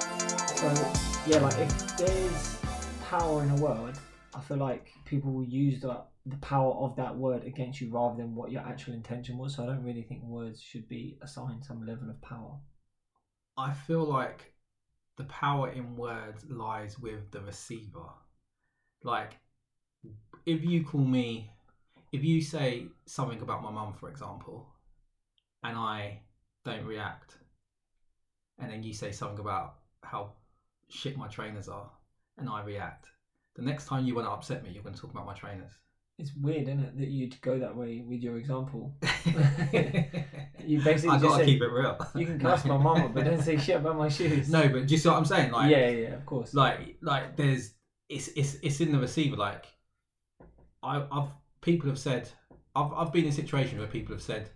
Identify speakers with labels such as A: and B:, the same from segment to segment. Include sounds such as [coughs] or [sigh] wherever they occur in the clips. A: So yeah, like if there's power in a word, I feel like people will use the the power of that word against you rather than what your actual intention was. So I don't really think words should be assigned some level of power.
B: I feel like the power in words lies with the receiver. Like, if you call me, if you say something about my mum, for example, and I don't react, and then you say something about how shit my trainers are, and I react, the next time you want to upset me, you're going to talk about my trainers.
A: It's weird, isn't it, that you'd go that way with your example. [laughs]
B: [laughs]
A: You basically
B: I
A: just
B: gotta
A: said,
B: keep it real.
A: you
B: [laughs]
A: can cuss my mama, but don't say shit about my shoes.
B: No, but do you see what I'm saying? Like,
A: yeah, yeah, of course.
B: like like there's it's it's it's in the receiver like i i've people have said i've i've been in situations where people have said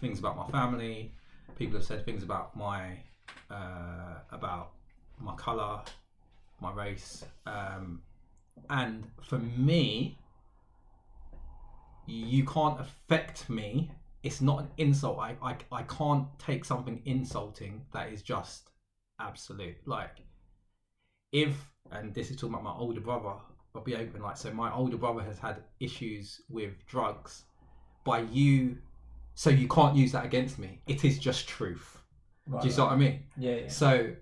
B: things about my family people have said things about my uh about my color my race um and for me you can't affect me it's not an insult i i, I can't take something insulting that is just absolute like if and this is talking about my older brother i'll be open like so my older brother has had issues with drugs by you so you can't use that against me it is just truth
A: Right,
B: do you see
A: right.
B: what i mean
A: Yeah, yeah.
B: so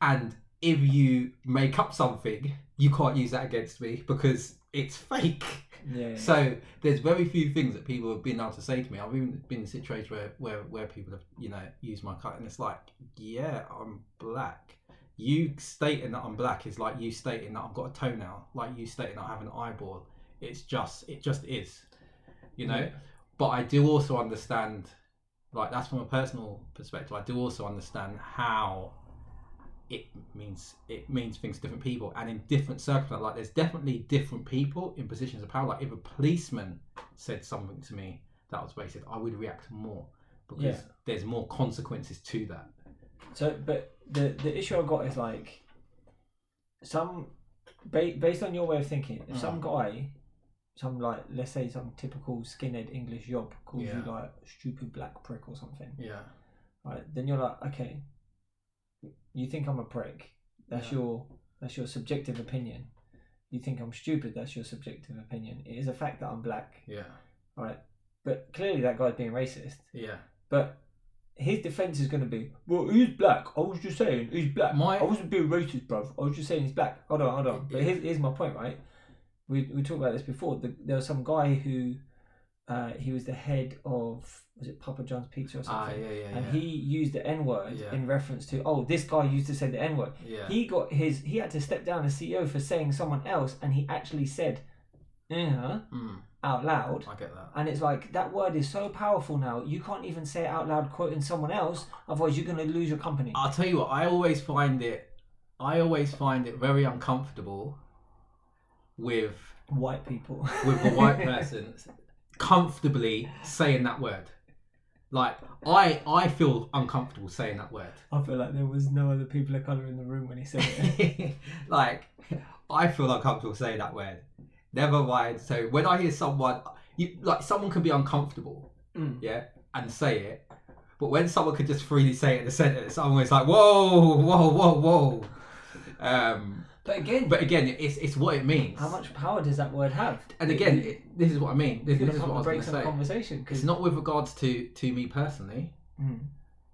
B: and if you make up something you can't use that against me because it's [laughs] fake
A: yeah, yeah.
B: so there's very few things that people have been able to say to me. I've even been in situations where, where, where people have, you know, used my cut and it's like, yeah, I'm black. You stating that I'm black is like you stating that I've got a toenail, like you stating that I have an eyeball. It's just it just is. You know?
A: Yeah.
B: But I do also understand like that's from a personal perspective, I do also understand how it means it means things to different people and in different circumstances. Like there's definitely different people in positions of power. Like if a policeman said something to me that was racist, I would react more because
A: Yeah.
B: there's more consequences to that.
A: So, but the the issue I got is like some ba- based on your way of thinking, if
B: Mm.
A: some guy, some like let's say some typical skinhead English yob calls
B: Yeah.
A: you like stupid black prick or something,
B: Yeah.
A: right? Then you're like, okay, you think I'm a prick. That's
B: Yeah.
A: your that's your subjective opinion. You think I'm stupid. That's your subjective opinion. It is a fact that I'm black,
B: Yeah.
A: right? But clearly that guy's being racist.
B: Yeah.
A: But his defense is going to be, well, he's black. I was just saying he's black.
B: My-
A: I wasn't being racist, bruv. I was just saying he's black. Hold on, hold on. But
B: Yeah.
A: here's, here's my point, right? We we talked about this before. The, there was some guy who, uh, he was the head of was it Papa John's Pizza or
B: Ah,
A: something,
B: yeah, yeah,
A: and
B: yeah.
A: he used the N word
B: Yeah.
A: in reference to oh this guy used to say the N word.
B: yeah.
A: He got his he had to step down as CEO for saying someone else, and he actually said, uh
B: Mm,
A: out loud.
B: I get that.
A: And it's like that word is so powerful now. You can't even say it out loud, quoting someone else. Otherwise, you're going to lose your company.
B: I'll tell you what, I always find it I always find it very uncomfortable with
A: White people. [laughs]
B: with a white person comfortably saying that word. Like I I feel uncomfortable saying that word. [laughs]
A: I feel like there was no other people of color in the room when he said it.
B: like I feel uncomfortable saying that word. Never mind. So when I hear someone you, like someone can be uncomfortable,
A: Mm.
B: yeah, and say it. But when someone could just freely say it in a sentence, I'm always like, whoa, whoa, whoa, whoa. Um,
A: But again,
B: but again, it's it's what it means.
A: how much power does that word have?
B: And again, it, this is what I mean. This,
A: you're going
B: this is
A: to have
B: what I
A: to
B: was
A: break
B: going to
A: some
B: say.
A: conversation. 'cause-
B: It's not with regards to to me personally,
A: Mm.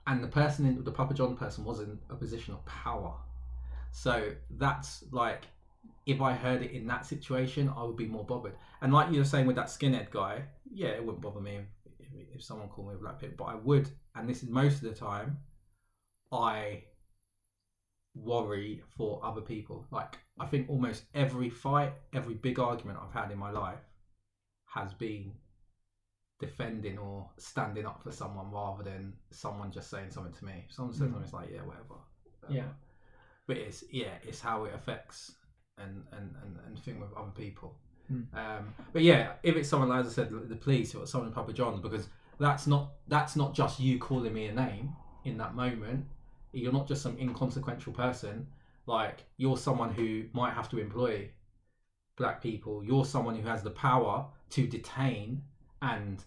B: and the person in the Papa John person was in a position of power. So that's like, if I heard it in that situation, I would be more bothered. And like you were saying with that skinhead guy, yeah, it wouldn't bother me if, if, if someone called me a black pig, but I would. And this is most of the time, I worry for other people. Like I think almost every fight, every big argument I've had in my life has been defending or standing up for someone rather than someone just saying something to me. If someone says
A: Mm.
B: something, it's like yeah, whatever. Um,
A: Yeah.
B: But it's yeah, it's how it affects and and and, and thing with other people.
A: Mm.
B: Um, but yeah, if it's someone like I said, the police or someone in Papa John's, because that's not that's not just you calling me a name in that moment you're not just some inconsequential person like you're someone who might have to employ black people you're someone who has the power to detain and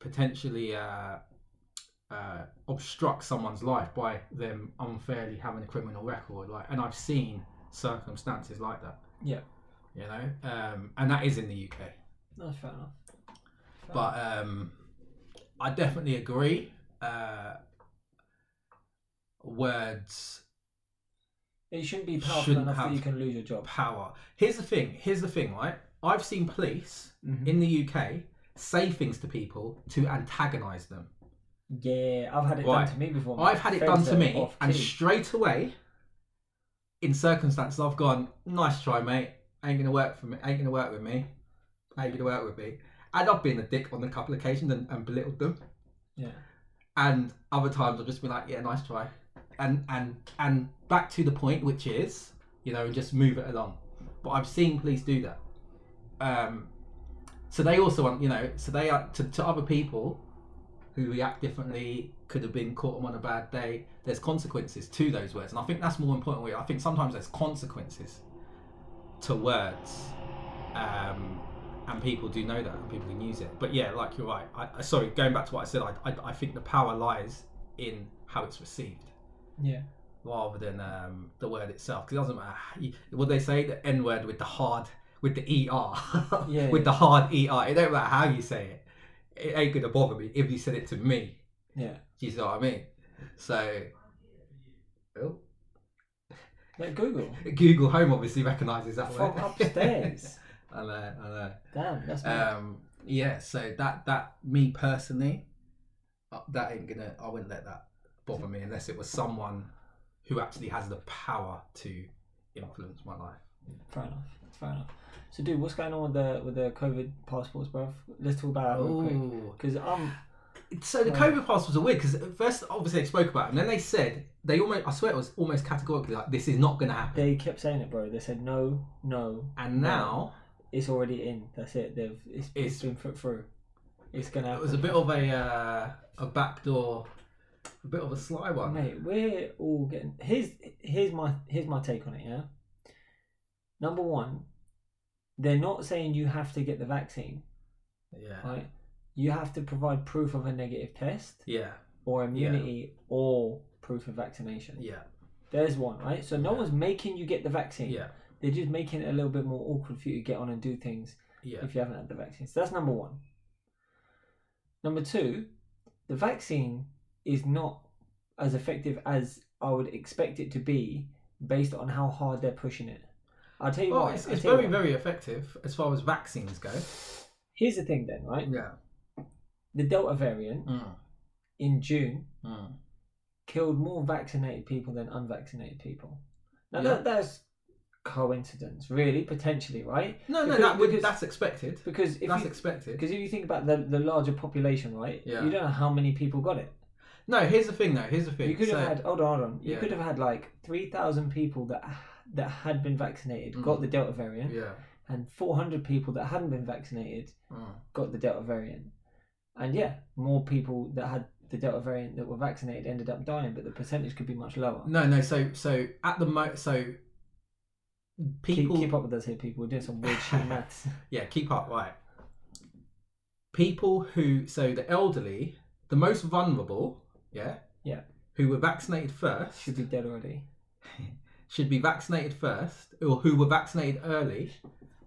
B: potentially uh, uh, obstruct someone's life by them unfairly having a criminal record. Like, and I've seen circumstances like that.
A: Yeah.
B: You know, um, and that is in the UK.
A: No, fair enough. Fair
B: But um, I definitely agree. Uh, words
A: It shouldn't be powerful
B: Shouldn't
A: enough
B: have-
A: that you can lose your job.
B: power. Here's the thing. Here's the thing, right? I've seen police
A: Mhm.
B: in the UK say things to people to antagonise them.
A: Yeah, I've had it
B: Right.
A: done to me before. mate.
B: I've had it done
A: Friends
B: to
A: are
B: me,
A: off
B: and
A: key.
B: straight away, in circumstances, I've gone, "Nice try, mate. Ain't gonna work for me. Ain't gonna work with me. Ain't gonna work with me." And I've been a dick on a couple occasions and, and belittled them.
A: yeah,
B: And other times, I've just been like, "Yeah, nice try," and and and back to the point, which is, you know, and just move it along. But I've seen police do that. Um, so they also want, you know, so they are to, to other people who react differently, could have been caught them on a bad day. There's consequences to those words, and I think that's more important. I think sometimes there's consequences to words, um, and people do know that, and people can use it. But yeah, like you're right. I, I sorry, going back to what I said, I, I, I think the power lies in how it's received
A: yeah.
B: rather than um, the word itself. Because it doesn't matter. You- What they say, the N word with the hard, with the [laughs] ER,
A: Yeah,
B: with
A: yeah.
B: the hard ER. It don't matter how you say it. It ain't gonna bother me if you said it to me.
A: Yeah.
B: Do you see what I mean? So. Oh.
A: Like Google
B: Google Home obviously recognises that
A: from
B: word.
A: upstairs.
B: [laughs] I know, I know.
A: Damn, that's mad.
B: um yeah so that that me personally uh, that ain't gonna i wouldn't let that bother me unless it was someone who actually has the power to influence my life
A: fair enough. Fair enough. So, dude, what's going on with the with the COVID passports, bruv? Let's talk about it real quick. um, Because I'm
B: so the
A: Oh, Right.
B: covid passports are weird because first obviously they spoke about it and then they said they almost i swear it was almost categorically like this is not gonna happen
A: they kept saying it, bro. They said no, no.
B: and now
A: It's already in. That's it. They've it's,
B: It's-
A: it's been put through. It's gonna.
B: it
A: Happen.
B: was a bit of a uh, a backdoor a bit of a sly one
A: Mate, we're all getting. Here's here's my here's my take on it. Yeah. Number one, they're not saying you have to get the vaccine.
B: yeah
A: Right. You have to provide proof of a negative test
B: yeah
A: or immunity or proof of vaccination.
B: yeah
A: There's one, right? So no
B: Yeah.
A: one's making you get the vaccine.
B: yeah
A: They're just making it a little bit more awkward for you to get on and do things
B: yeah
A: if you haven't had the vaccine. So that's number one. Number two, the vaccine is not as effective as I would expect it to be based on how hard they're pushing it. I'll tell you
B: Well,
A: why.
B: Oh, it's,
A: I'll
B: it's
A: tell you
B: very,
A: why.
B: very effective as far as vaccines go.
A: Here's the thing then, right?
B: Yeah.
A: The Delta variant
B: Mm.
A: in June
B: Mm.
A: killed more vaccinated people than unvaccinated people. Now
B: Yeah.
A: that that's coincidence, really, potentially, right?
B: No, no,
A: Because-
B: that would,
A: because-
B: that's expected.
A: Because if
B: That's
A: you,
B: expected.
A: because if you think about the, the larger population, right?
B: Yeah.
A: You don't know how many people got it.
B: No, here's the thing, though. Here's the thing.
A: You could
B: So-
A: have had hold on, hold on. You
B: Yeah.
A: could have had like three thousand people that that had been vaccinated
B: Mm.
A: got the Delta variant,
B: Yeah.
A: and four hundred people that hadn't been vaccinated
B: Mm.
A: got the Delta variant. And yeah, more people that had the Delta variant that were vaccinated ended up dying, but the percentage could be much lower.
B: No, no. So, so at the mo, so people,
A: Keep, keep up with us here, people. We're doing some weird
B: [laughs]
A: shit maths.
B: yeah, keep up, right? People who, so the elderly, the most vulnerable, yeah,
A: Yeah.
B: who were vaccinated first
A: Should be dead already.
B: should be vaccinated first, or who were vaccinated early,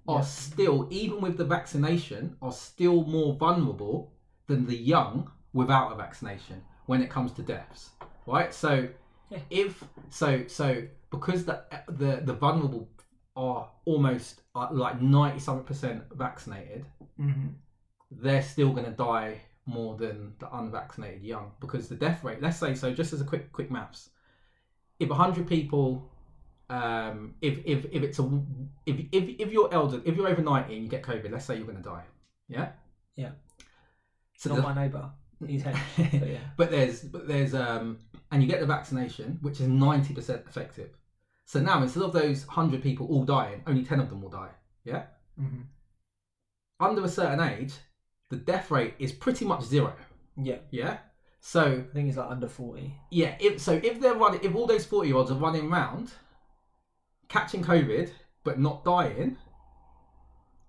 B: are
A: Yeah.
B: still, even with the vaccination, are still more vulnerable than the young without a vaccination when it comes to deaths. Right? So
A: Yeah.
B: if so so because the the, the vulnerable are almost uh, like ninety something percent vaccinated,
A: Mm-hmm.
B: they're still going to die more than the unvaccinated young because the death rate let's say so just as a quick quick maths if 100 people um if if, if it's a if, if if you're elder if you're over 90 and you get covid let's say you're going to die yeah
A: Yeah.
B: so
A: Not
B: the-
A: my neighbour.
B: [laughs]
A: He's hench. but yeah.
B: but there's but there's um and you get the vaccination which is 90% effective so now instead of those 100 people all dying only 10 of them will die
A: hmm
B: Mm-hmm. under a certain age the death rate is pretty much zero
A: Yeah.
B: yeah so
A: I think it's like under forty.
B: yeah if so if they're running if all those 40 year olds are running round catching covid but not dying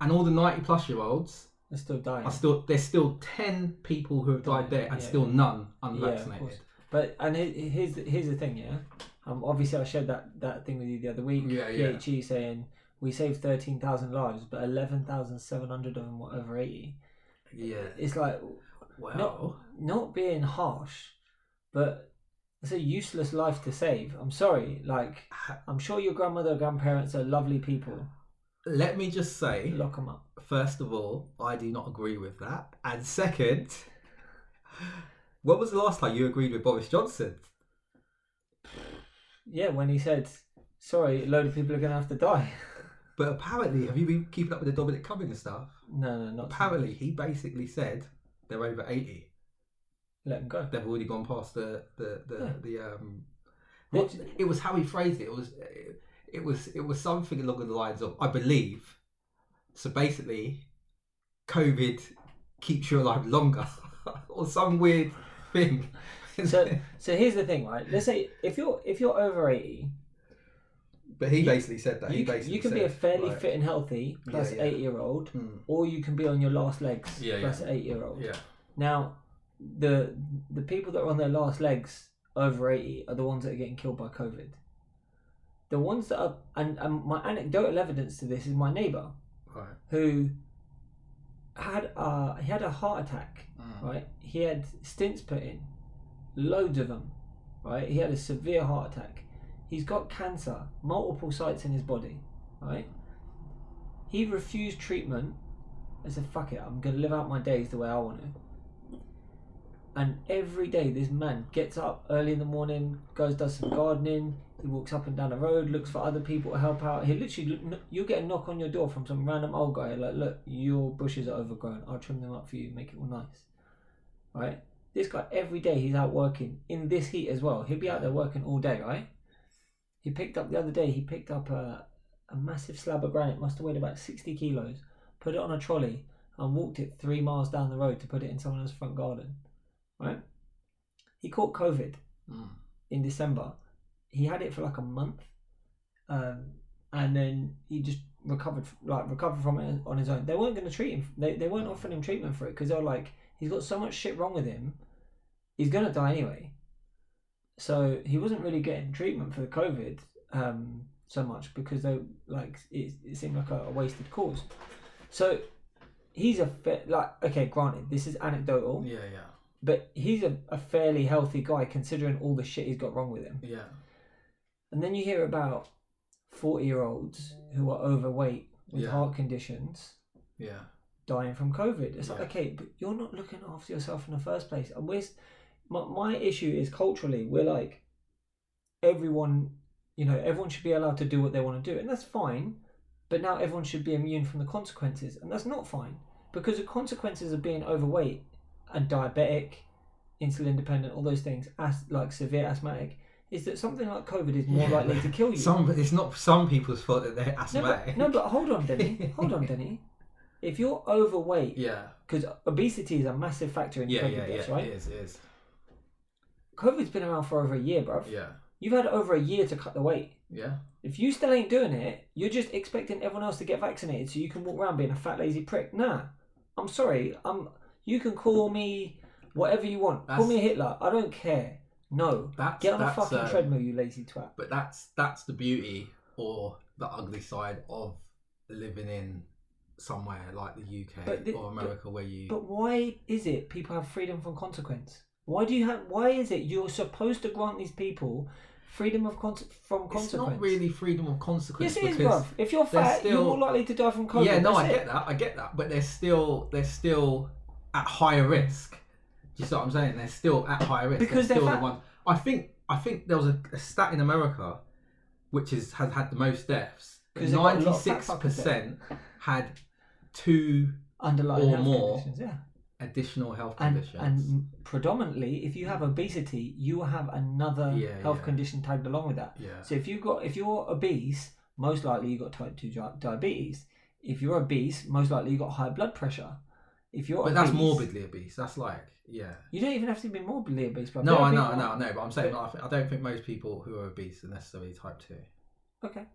B: and all the 90 plus year olds
A: They're still dying.
B: I still there's still ten people who have died there, and
A: Yeah.
B: still none
A: Yeah, of
B: unvaccinated.
A: course. But and he- he- here's the- here's the thing, yeah. Um, obviously I shared that that thing with you the other week.
B: Yeah, yeah.
A: PHE saying we saved thirteen thousand lives, but eleven thousand seven hundred of them were over eighty.
B: Yeah.
A: It's like
B: Well,
A: not being harsh, but it's a useless life to save. I'm sorry. Like I'm sure your grandmother or grandparents are lovely people.
B: let me just say,
A: Lock them up.
B: first of all, I do not agree with that, and second, [laughs] when was the last time you agreed with Boris Johnson?
A: Yeah, when he said, "Sorry, a load of people are gonna have to die." [laughs]
B: But apparently, have you been keeping up with the Dominic Cummings stuff?
A: no, no, not
B: Apparently, he basically said they're over eighty.
A: Let them
B: [laughs]
A: go.
B: They've already gone past the the the,
A: Yeah.
B: the um.
A: They-
B: what- it was how he phrased it. It was it was it was something along the lines of I believe. So basically, COVID keeps you alive longer, [laughs] or some weird thing.
A: So- So here's the thing, right? Let's say if you're if you're over eighty,
B: but he
A: you-
B: basically said that. he
A: you, can-
B: basically
A: you can be
B: said,
A: a fairly
B: like,
A: fit and healthy
B: Yeah,
A: plus
B: yeah.
A: eight year old,
B: mm,
A: or you can be on your last legs
B: Yeah,
A: plus eight year old.
B: yeah,
A: Now, the the people that are on their last legs over eighty are the ones that are getting killed by COVID. The ones that are and, and my anecdotal evidence to this is my neighbour
B: right.
A: who had a, he had a heart attack
B: mm,
A: right? He had stints put in, loads of them, right? He had a severe heart attack. He's got cancer, multiple sites in his body, right? He refused treatment and said, fuck it, I'm going to live out my days the way I want to. And every day, this man gets up early in the morning, goes, does some gardening, he walks up and down the road, looks for other people to help out. He literally, you'll get a knock on your door from some random old guy, like, look, your bushes are overgrown. I'll trim them up for you, make it all nice right? This guy every day he's out working in this heat as well. He'll be out there working all day, right? He picked up the other day. He picked up a, a massive slab of granite, must have weighed about sixty kilos. Put it on a trolley and walked it three miles down the road to put it in someone else's front garden, right? He caught COVID
B: mm.
A: in December. He had it for like a month, um, and then he just recovered, f- like recovered from it on his own. They weren't going to treat him. They, they weren't offering him treatment for it because they were like, he's got so much shit wrong with him, he's going to die anyway. So he wasn't really getting treatment for the COVID um, so much because they like it, it seemed like a, a wasted cause. So he's a fit, like okay, granted, this is anecdotal,
B: Yeah, yeah,
A: but he's a, a fairly healthy guy considering all the shit he's got wrong with him.
B: yeah.
A: And then you hear about 40 year olds who are overweight with
B: Yeah.
A: heart conditions
B: Yeah,
A: dying from COVID. It's like,
B: Yeah.
A: okay, but you're not looking after yourself in the first place. And we're, s- my, my issue is culturally, we're like, everyone, you know, everyone should be allowed to do what they want to do. And that's fine. But now everyone should be immune from the consequences. And that's not fine because the consequences of being overweight and diabetic, insulin dependent, all those things, as, like severe asthmatic, is that something like COVID is more
B: Yeah.
A: likely to kill you.
B: Some it's not some people's fault that they're
A: No but,
B: asthmatic.
A: no, but hold on, Denny. Hold on, Denny. If you're overweight,
B: [laughs] yeah,
A: because obesity is a massive factor in
B: yeah,
A: COVID
B: yeah, yeah.
A: deaths, right?
B: It is, it is.
A: COVID's been around for over a year, bruv.
B: Yeah,
A: You've had over a year to cut the weight.
B: yeah.
A: If you still ain't doing it, you're just expecting everyone else to get vaccinated so you can walk around being a fat, lazy prick. Nah, I'm sorry. I'm. You can call me whatever you want. Call
B: That's-
A: me Hitler. I don't care. No,
B: That's
A: get on a
B: that's,
A: fucking
B: um,
A: treadmill, you lazy twat.
B: But that's that's the beauty or the ugly side of living in somewhere like the UK
A: But the-
B: or America where you
A: But why is it people have freedom from consequence? Why do you have? Why is it you're supposed to grant these people freedom of con- from consequence?
B: it's not really freedom of consequence
A: Yes, it is,
B: because
A: bruv. If you're
B: there's
A: fat, you're
B: still-
A: more likely to die from COVID.
B: yeah, no,
A: That's
B: I
A: it.
B: get that, I get that, but they're still they're still at higher risk. Do you see what I'm saying? They're still at higher risk
A: Because they're
B: they're still
A: fat.
B: the one. I think I think there was a, a stat in America which is, has had the most deaths.
A: 'Cause they've got a
B: Ninety
A: lot of fat
B: six
A: fuckers
B: percent had two
A: Underlying
B: Or
A: health
B: more.
A: conditions, yeah.
B: additional health
A: And,
B: conditions.
A: and predominantly, if you have obesity, you will have another
B: Yeah,
A: health
B: yeah.
A: condition tagged along with that.
B: yeah.
A: So if you got, if you're obese, most likely you got type two di- diabetes. If you're obese, most likely you got high blood pressure. If you're
B: But that's
A: obese-
B: morbidly obese. That's like, yeah.
A: You don't even have to be morbidly obese. But
B: No,
A: there are
B: I know, I
A: people-
B: know, I know. But I'm saying, I thi- I don't think most people who are obese are necessarily type two.
A: Okay,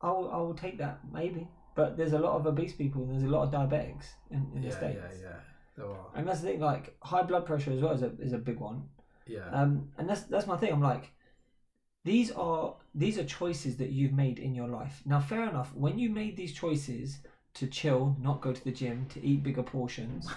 A: I will, I will take that maybe. But there's a lot of obese people and there's a lot of diabetics in, in
B: yeah,
A: the States.
B: yeah, yeah. There are.
A: And that's the thing, like high blood pressure as well is a, is a big one.
B: Yeah,
A: Um, and that's that's my thing. I'm like, these are these are choices that you've made in your life. Now, fair enough. When you made these choices to chill, not go to the gym, to eat bigger
B: [laughs]
A: portions,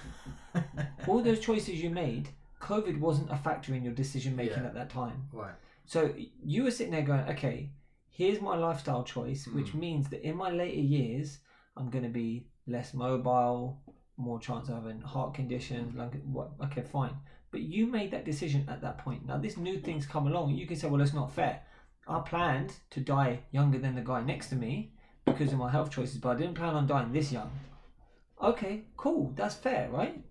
A: all those choices you made, COVID wasn't a factor in your decision making
B: Yeah.
A: at that time.
B: right.
A: So you were sitting there going, okay, here's my lifestyle choice, which means that in my later years, I'm going to be less mobile, more chance of having heart condition. Like, what? Okay, fine. But you made that decision at that point. Now, this new thing's come along. You can say, well, it's not fair. I planned to die younger than the guy next to me because of my health choices, but I didn't plan on dying this young. Okay, cool. That's fair, right?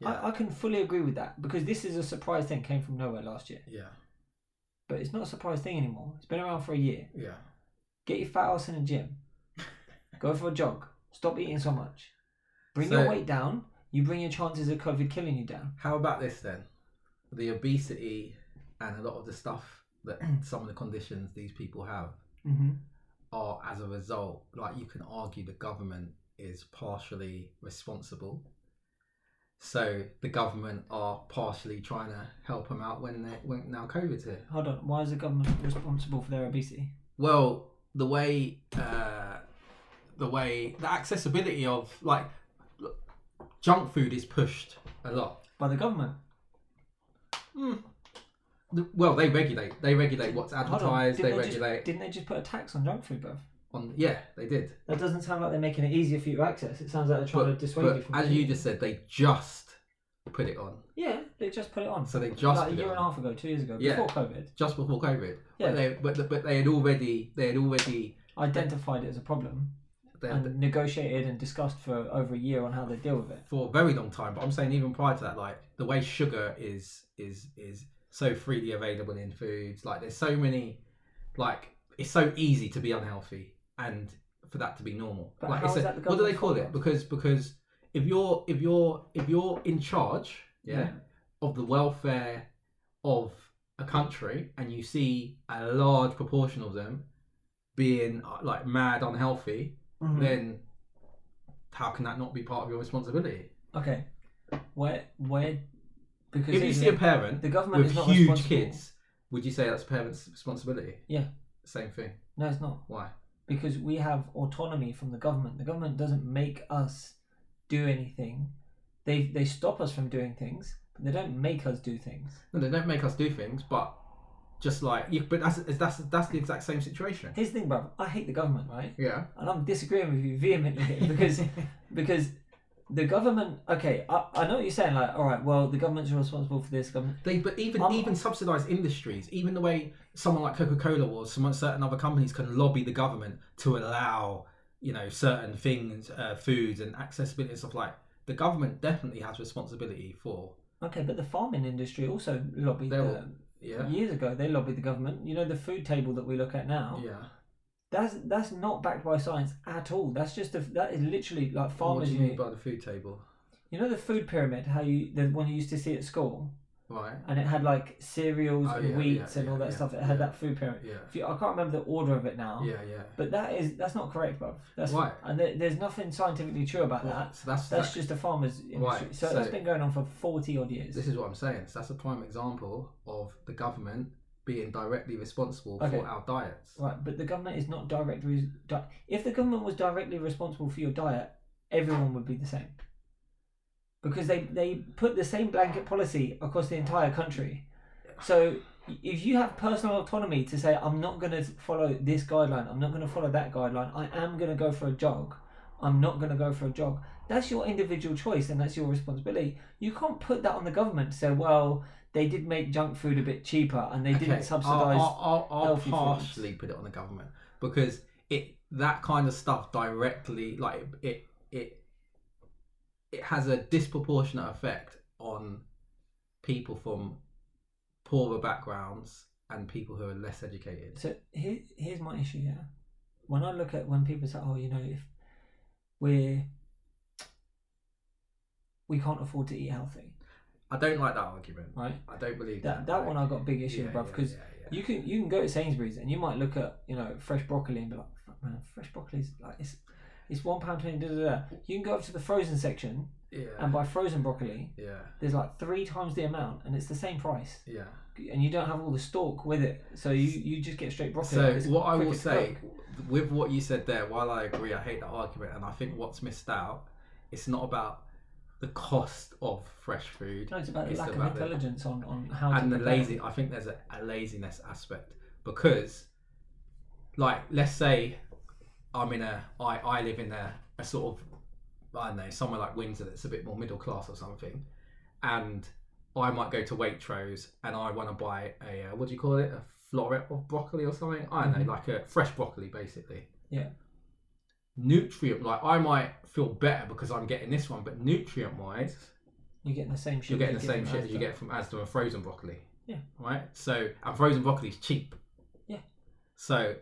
B: Yeah,
A: I, I can fully agree with that because this is a surprise thing came from nowhere last year
B: yeah,
A: but it's not a surprise thing anymore. It's been around for a year.
B: yeah,
A: Get your fat ass in the
B: [laughs]
A: gym. Go for a jog. Stop eating so much. Bring
B: So-
A: your weight down. You bring your chances of COVID killing you down.
B: How about this then? The obesity and a lot of the stuff that some of the conditions these people have
A: Mm-hmm.
B: are as a result, like you can argue the government is partially responsible. So the government are partially trying to help them out when they when now COVID's here.
A: Hold on. Why is the government responsible for their obesity?
B: Well, the way uh, the way the accessibility of like look, junk food is pushed a lot.
A: By the government.
B: The- Well, they regulate. They regulate what's
A: Hold on.
B: advertised.
A: Didn't
B: They
A: they just-
B: regulate
A: didn't they just put a tax on junk food, bruv?
B: on. Yeah, they did.
A: That doesn't sound like they're making it easier for you to access. It sounds like they're trying
B: But,
A: to dissuade
B: but
A: you from.
B: as
A: eating.
B: you just said, they just put it on.
A: Yeah, they just put it on.
B: So they just
A: like a
B: put it
A: year and a
B: on.
A: half ago, two years ago,
B: Yeah.
A: before COVID,
B: just before COVID.
A: Yeah.
B: But they but, but they had already they had already
A: identified it as a problem
B: they had,
A: and negotiated and discussed for over a year on how they deal with it.
B: for a very long time. But I'm saying even prior to that, like the way sugar is is is so freely available in foods. Like there's so many like it's so easy to be unhealthy and for that to be normal.
A: But
B: like
A: how
B: it's
A: is
B: a-
A: that the
B: what do they
A: government's
B: call
A: fault?
B: it? Because because if you're if you're if you're in charge, yeah.
A: Yeah.
B: of the welfare of a country and you see a large proportion of them being uh, like mad unhealthy
A: Mhm.
B: then how can that not be part of your responsibility
A: Okay. Where where because
B: if you
A: even
B: see a
A: if-
B: parent
A: the government
B: with
A: is not
B: huge
A: responsible.
B: kids would you say that's parents responsibility
A: Yeah.
B: same thing
A: No, it's not.
B: why
A: Because we have autonomy from the government. The government doesn't make us do anything. They they stop us from doing things, but they don't make us do things.
B: no they don't make us do things but just like you but that's that's that's the exact same situation
A: Here's the thing, bruv, I hate the government, right?
B: yeah
A: And I'm disagreeing with you vehemently here
B: [laughs]
A: because because the government okay, I, I know what you're saying, like, alright, well the government's responsible for this government
B: They, but even
A: Um,
B: even subsidized industries, even the way someone like Coca Cola or some certain other companies can lobby the government to allow you know certain things, uh, foods and accessibility and stuff like. The government definitely has responsibility for
A: Okay, but the farming industry also lobbied
B: They
A: the,
B: yeah
A: years ago they lobbied the government. You know the food table that we look at now.
B: yeah.
A: That's that's not backed by science at all. That's just a, that is literally like
B: What
A: farmers.
B: do you
A: You,
B: mean by the food table?
A: you know the food pyramid, how you the one you used to see at school,
B: Right.
A: and it had like cereals
B: Oh,
A: and
B: yeah,
A: wheats
B: yeah,
A: and all
B: yeah,
A: that
B: yeah,
A: stuff. It had
B: yeah.
A: that food pyramid.
B: Yeah.
A: If you- I can't remember the order of it now.
B: Yeah. Yeah.
A: But that is that's not correct, bro. That's
B: Why?
A: And there, there's nothing scientifically true about that.
B: So
A: That's
B: that's that's
A: just a farmer's industry.
B: Right,
A: So,
B: so-
A: that's been going on for forty odd years.
B: this is what I'm saying. So that's a prime example of the government being directly responsible
A: Okay.
B: for our diets.
A: Right, but the government is not directly. Di- if the government was directly responsible for your diet, everyone would be the same. Because they, they put the same blanket policy across the entire country. So if you have personal autonomy to say, I'm not going to follow this guideline, I'm not going to follow that guideline, I am going to go for a jog, I'm not going to go for a jog, that's your individual choice and that's your responsibility. You can't put that on the government to say, well, they did make junk food a bit cheaper and they
B: Okay,
A: didn't subsidise.
B: I'll, I'll, I'll
A: healthy foods.
B: partially put it on the government because it that kind of stuff directly like it it it has a disproportionate effect on people from poorer backgrounds and people who are less educated.
A: So here, here's my issue. Yeah, when I look at when people say, "Oh, you know, if we're we can't afford to eat healthy,"
B: I don't like that argument.
A: right?
B: I don't believe that.
A: That that
B: like-
A: one I got a big issue,
B: Yeah,
A: with, bruv,
B: yeah,
A: because
B: yeah, yeah.
A: you can you can go to Sainsbury's and you might look at you know fresh broccoli and be like, "Fuck, "Man, fresh broccoli's like it's It's one pound twenty. Da, da, da. You can go up to the frozen section
B: Yeah.
A: and buy frozen broccoli.
B: Yeah.
A: There's like three times the amount, and it's the same price.
B: Yeah.
A: And you don't have all the stalk with it, so you, you just get straight broccoli.
B: So
A: It's
B: what I
A: quicker
B: will
A: to
B: say
A: cook.
B: with what you said there, while I agree, I hate that argument, and I think what's missed out, it's not about the cost of fresh food
A: No, it's about the
B: It's
A: lack
B: about
A: of
B: the-
A: intelligence on, on how
B: and
A: to
B: the
A: prepare.
B: lazy. I think there's a, a laziness aspect because, like, let's say I'm in a I I live in a, a sort of I don't know somewhere like Windsor that's a bit more middle class or something, and I might go to Waitrose and I want to buy a uh, what do you call it a floret of broccoli or something I don't
A: Mhm.
B: know like a fresh broccoli basically.
A: Yeah.
B: Nutrient like I might feel better because I'm getting this one, but nutrient wise,
A: You're getting the same shit.
B: you're getting
A: you
B: the
A: get
B: same
A: from
B: shit as you
A: Asda.
B: get from Asda and frozen broccoli.
A: Yeah.
B: Right. So and frozen broccoli is cheap.
A: Yeah.
B: So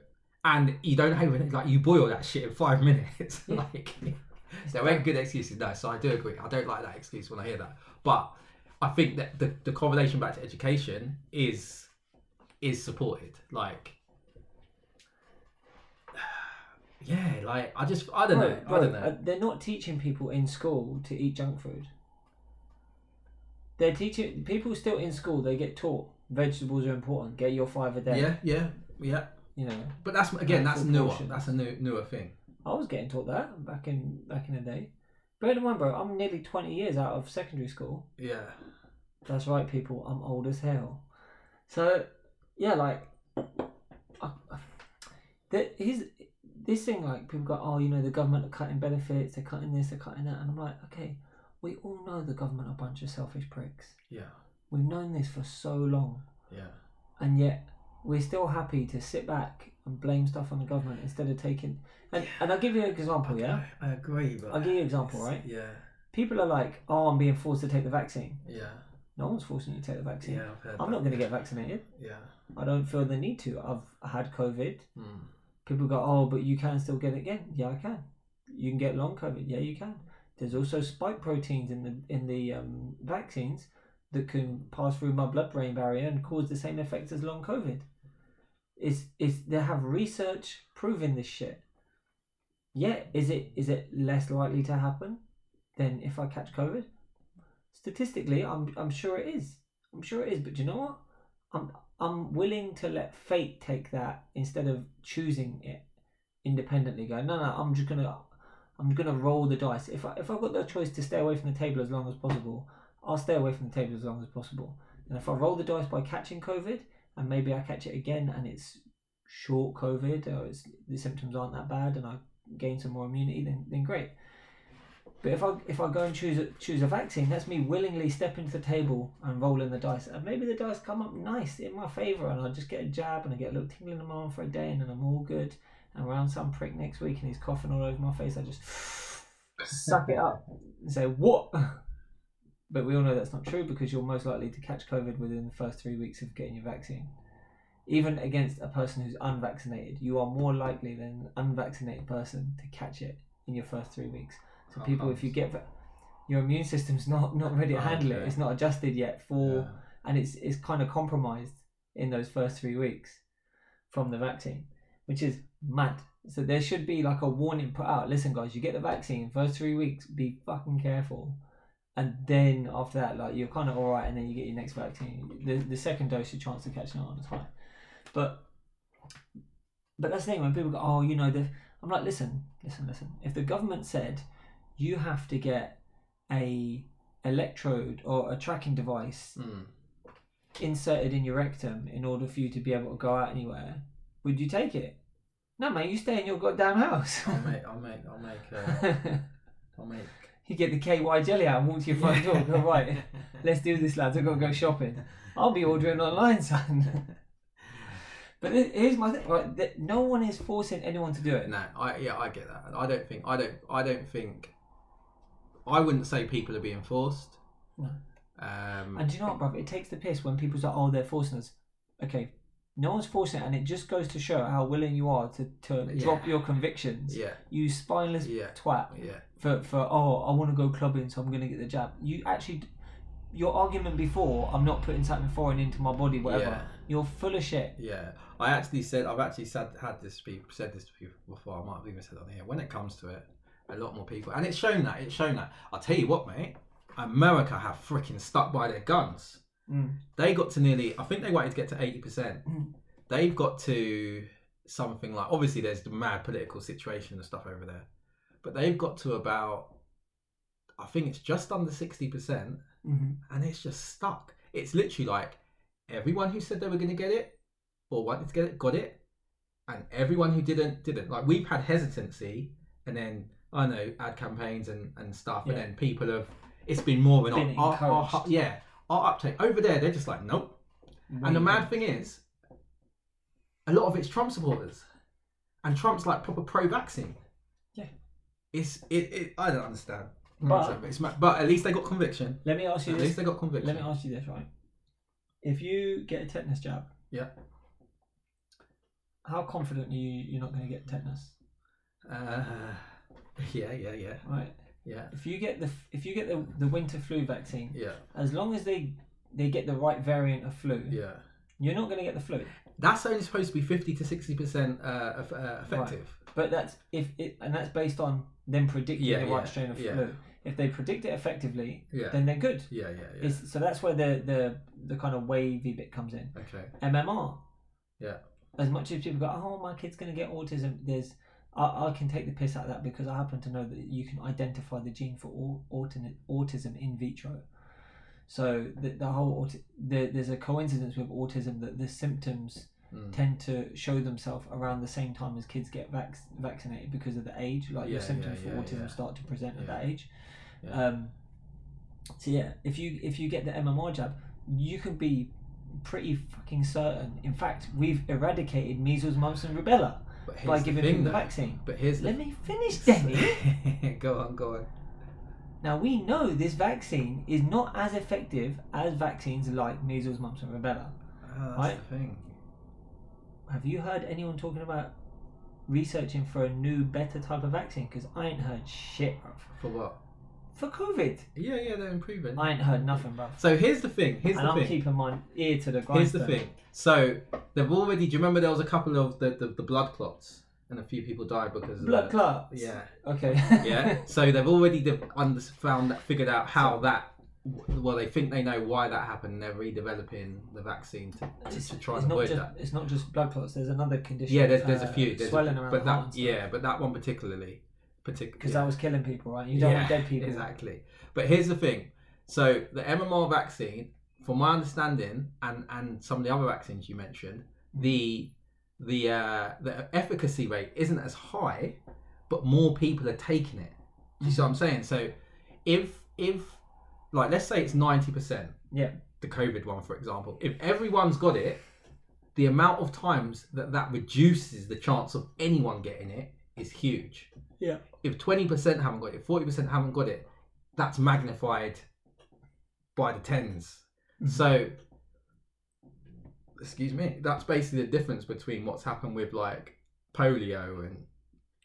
B: and you don't even like you boil that shit in five minutes. [laughs]
A: Yeah.
B: like there ain't good excuses. No. So I do agree. I don't like that excuse when I hear that. But I think that the, the correlation back to education is is supported. Like. [sighs] Yeah, like I just I don't know,
A: Bro,
B: I
A: bro,
B: don't know.
A: uh, They're not teaching people in school to eat junk food. They're teaching people still in school. They get taught vegetables are important. Get your five a day.
B: yeah, yeah, yeah.
A: You know,
B: But that's again, that's
A: Full
B: newer.
A: portions.
B: That's a new newer thing.
A: I was getting taught that back in back in the day. Bear in mind, bro, I'm nearly twenty years out of secondary school.
B: Yeah.
A: That's right, people. I'm old as hell. So, yeah, like, I, the, his, this thing, like, people go, oh, you know, the government are cutting benefits, they're cutting this, they're cutting that. And I'm like, okay, we all know the government are a bunch of selfish pricks.
B: Yeah,
A: We've known this for so long.
B: yeah.
A: And yet, we're still happy to sit back and blame stuff on the government instead of taking. And, and I'll give you an example, Oh, yeah?
B: I agree, but
A: I'll give you an example,
B: it's-
A: right?
B: Yeah,
A: People are like, oh, I'm being forced to take the vaccine.
B: yeah,
A: No one's forcing you to take the vaccine.
B: yeah. I've heard
A: I'm
B: that.
A: not going to get vaccinated.
B: Yeah.
A: I don't feel the need to. I've had COVID.
B: Mm.
A: People go, oh, but you can still get it again. Yeah, I can. You can get long COVID. Yeah, you can. There's also spike proteins in the in the um, vaccines that can pass through my blood-brain barrier and cause the same effects as long COVID. It's it's they have research proving this shit. Yeah, is it is it less likely to happen than if I catch COVID? Statistically, I'm I'm sure it is. I'm sure it is. But do you know what? I'm I'm willing to let fate take that instead of choosing it independently. Go no no. I'm just gonna I'm gonna roll the dice. If I if I've got the choice to stay away from the table as long as possible, I'll stay away from the table as long as possible. And if I roll the dice by catching COVID, and maybe I catch it again, and it's short COVID, or it's, the symptoms aren't that bad, and I gain some more immunity, then, then great. But if I if I go and choose a, choose a vaccine, that's me willingly stepping to the table and rolling the dice, and maybe the dice come up nice in my favour, and I just get a jab and I get a little tingling in my arm for a day, and then I'm all good. And around some prick next week, and he's coughing all over my face. I just [laughs] suck it up and say what. [laughs] But we all know that's not true because you're most likely to catch COVID within the first three weeks of getting your vaccine. Even against a person who's unvaccinated, you are more likely than an unvaccinated person to catch it in your first three weeks. So
B: Oh,
A: people, if you get va- your immune system's not not ready to
B: Oh,
A: handle it,
B: okay.
A: it's not adjusted yet for,
B: Yeah.
A: and it's it's kind of compromised in those first three weeks from the vaccine, which is mad. So there should be like a warning put out. Listen, guys, you get the vaccine first three weeks, be fucking careful, and then after that, like you're kind of all right, and then you get your next vaccine. The the second dose, your chance of catching it on is high, but but that's the thing when people go, oh, you know, the I'm like, listen, listen, listen. If the government said you have to get a electrode or a tracking device
B: Mm.
A: inserted in your rectum in order for you to be able to go out anywhere, would you take it? No, mate, you stay in your goddamn house. [laughs]
B: I'll make. I'll make. I'll make. Uh, I'll make.
A: you get the KY jelly out and walk to your front door. Go, right, let's do this, lads. I've got to go shopping. I'll be ordering online, son. but he- here's my thing. Right, th- no one is forcing anyone to do it.
B: [laughs] No, I yeah, I get that. I don't think. I don't. I don't think. I wouldn't say people are being forced.
A: No.
B: Um.
A: And do you know what, brother? It takes the piss when people say, "Oh, they're forcing us." Okay, no one's forcing it, and it just goes to show how willing you are to, to
B: Yeah.
A: drop your convictions.
B: yeah.
A: You spineless
B: Yeah.
A: twat.
B: Yeah.
A: for, for oh I want to go clubbing so I'm going to get the jab. You actually your argument before I'm not putting something foreign into my body whatever.
B: Yeah.
A: You're full of shit.
B: Yeah, I actually said I've actually said had this be said this to people before. I might have even said it on here. When it comes to it, a lot more people, and it's shown that it's shown that. I tell you what, mate, America have freaking stuck by their guns.
A: Mm.
B: They got to nearly. I think they wanted to get to eighty percent.
A: Mm.
B: They've got to something like obviously there's the mad political situation and stuff over there, but they've got to about. I think it's just under sixty percent,
A: Mhm.
B: and it's just stuck. It's literally like everyone who said they were going to get it or wanted to get it got it, and everyone who didn't didn't. Like we've had hesitancy, and then I know ad campaigns and and stuff, and
A: Yeah.
B: then people have. It's been more of an
A: Been
B: our, our-
A: encouraged.
B: yeah our uptake over there. They're just like nope. And the
A: Wait.
B: mad thing is, a lot of it's Trump supporters, and Trump's like proper pro-vaccine.
A: Yeah.
B: It's it, it I don't understand.
A: But-
B: It's mad- but at least they got conviction.
A: Let me ask you
B: At
A: this.
B: least they got conviction.
A: Let me ask you this, right? If you get a tetanus jab,
B: Yeah.
A: how confident are you you're not going to get tetanus,
B: Uh, [laughs] yeah, yeah, yeah,
A: right?
B: yeah,
A: If you get the if you get the, the winter flu vaccine,
B: yeah,
A: as long as they they get the right variant of flu,
B: yeah.
A: you're not going to get the flu.
B: That's only supposed to be fifty to sixty percent uh, eff- uh, effective.
A: But that's if it and that's based on them predicting
B: Yeah,
A: the
B: yeah,
A: right strain of
B: yeah.
A: flu. If they predict it effectively,
B: Yeah.
A: then they're good.
B: yeah, yeah, yeah.
A: It's, so that's where the, the the kind of wavy bit comes in.
B: okay.
A: MMR.
B: Yeah.
A: As much as people go, oh, my kid's going to get autism, there's, I, I can take the piss out of that because I happen to know that you can identify the gene for au- autin- autism in vitro. So the, the whole auti- the, there's a coincidence with autism that the symptoms
B: Mm.
A: tend to show themselves around the same time as kids get vac- vaccinated because of the age. Like your
B: Yeah,
A: symptoms
B: yeah,
A: for
B: yeah,
A: autism
B: yeah.
A: start to present at that age.
B: Yeah.
A: Um, so yeah, if you if you get the MMR jab, you can be pretty fucking certain. In fact, we've eradicated measles, mumps, and rubella
B: But
A: by
B: here's the
A: giving
B: thing,
A: people the
B: though.
A: vaccine.
B: But here's the
A: Let me
B: [laughs]
A: finish, Denny.
B: go on, go on.
A: now we know this vaccine is not as effective as vaccines like measles, mumps, and rubella.
B: Ah, that's
A: Right.
B: the thing.
A: Have you heard anyone talking about researching for a new, better type of vaccine? Because I ain't heard shit, bruv.
B: For what?
A: For COVID,
B: Yeah, yeah, they're improving.
A: I ain't heard nothing, bruv.
B: So here's the thing. Here's
A: And
B: the
A: I'm
B: thing.
A: keeping my ear to the grindstone.
B: Here's the thing. So they've already. Do you remember there was a couple of the, the, the blood clots and a few people died because
A: Blood
B: of the,
A: clots.
B: Yeah,
A: Okay. [laughs]
B: yeah. so they've already de- under- found that figured out how that. Well, they think they know why that happened. They're redeveloping the vaccine to,
A: It's,
B: to, to try
A: it's
B: and
A: not
B: avoid
A: just
B: that.
A: it's not just blood clots. There's another condition.
B: Yeah, there's there's
A: uh,
B: a few. There's
A: swelling
B: a,
A: around
B: but
A: the
B: that
A: heart.
B: yeah, but that one particularly, particularly
A: because that was killing people, right? You don't want dead people.
B: Exactly. But here's the thing. So the MMR vaccine, from my understanding, and and some of the other vaccines you mentioned, the the uh, the efficacy rate isn't as high, but more people are taking it. You see what I'm saying? So if if like let's say it's ninety percent.
A: Yeah.
B: The COVID one, for example, if everyone's got it, the amount of times that that reduces the chance of anyone getting it is huge
A: Yeah.
B: if 20% haven't got it, 40% haven't got it, that's magnified by the 10s
A: Mhm.
B: So, excuse me, that's basically the difference between what's happened with like polio and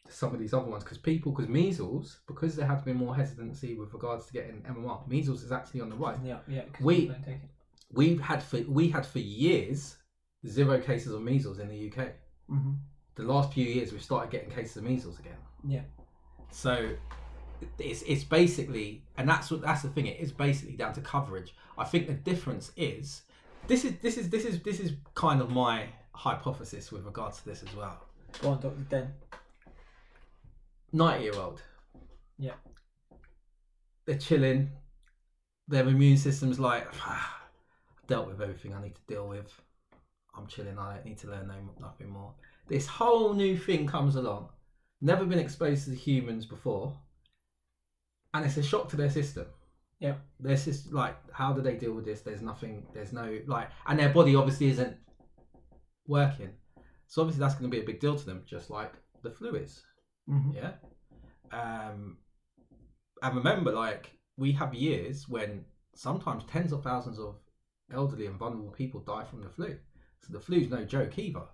B: some of these other ones because people, because measles, because there has been more hesitancy with regards to getting MMR, measles is actually on the rise.
A: Yeah. Yeah. 'cause
B: We-
A: people don't take it.
B: We've had for we had for years zero cases of measles in the UK
A: Mhm.
B: the last few years we've started getting cases of measles again.
A: Yeah.
B: So it's it's basically and that's what that's the thing, it is basically down to coverage. I think the difference is this is this is this is this is kind of my hypothesis with regards to this as well.
A: Go on, Doctor Den.
B: Ninety year old.
A: Yeah.
B: They're chilling. Their immune system's like [sighs] "Ah, I've dealt with everything I need to deal with. I'm chilling. I don't need to learn no, nothing more. This whole new thing comes along. Never been exposed to humans before, and it's a shock to their system.
A: Yeah.
B: Their system, like, how do they deal with this? There's nothing. There's no like, and their body obviously isn't working. So obviously that's going to be a big deal to them, just like the flu is.
A: Mhm.
B: Yeah. Um, and remember, like, we have years when sometimes tens of thousands of elderly and vulnerable people die from the flu. So the flu's no joke either.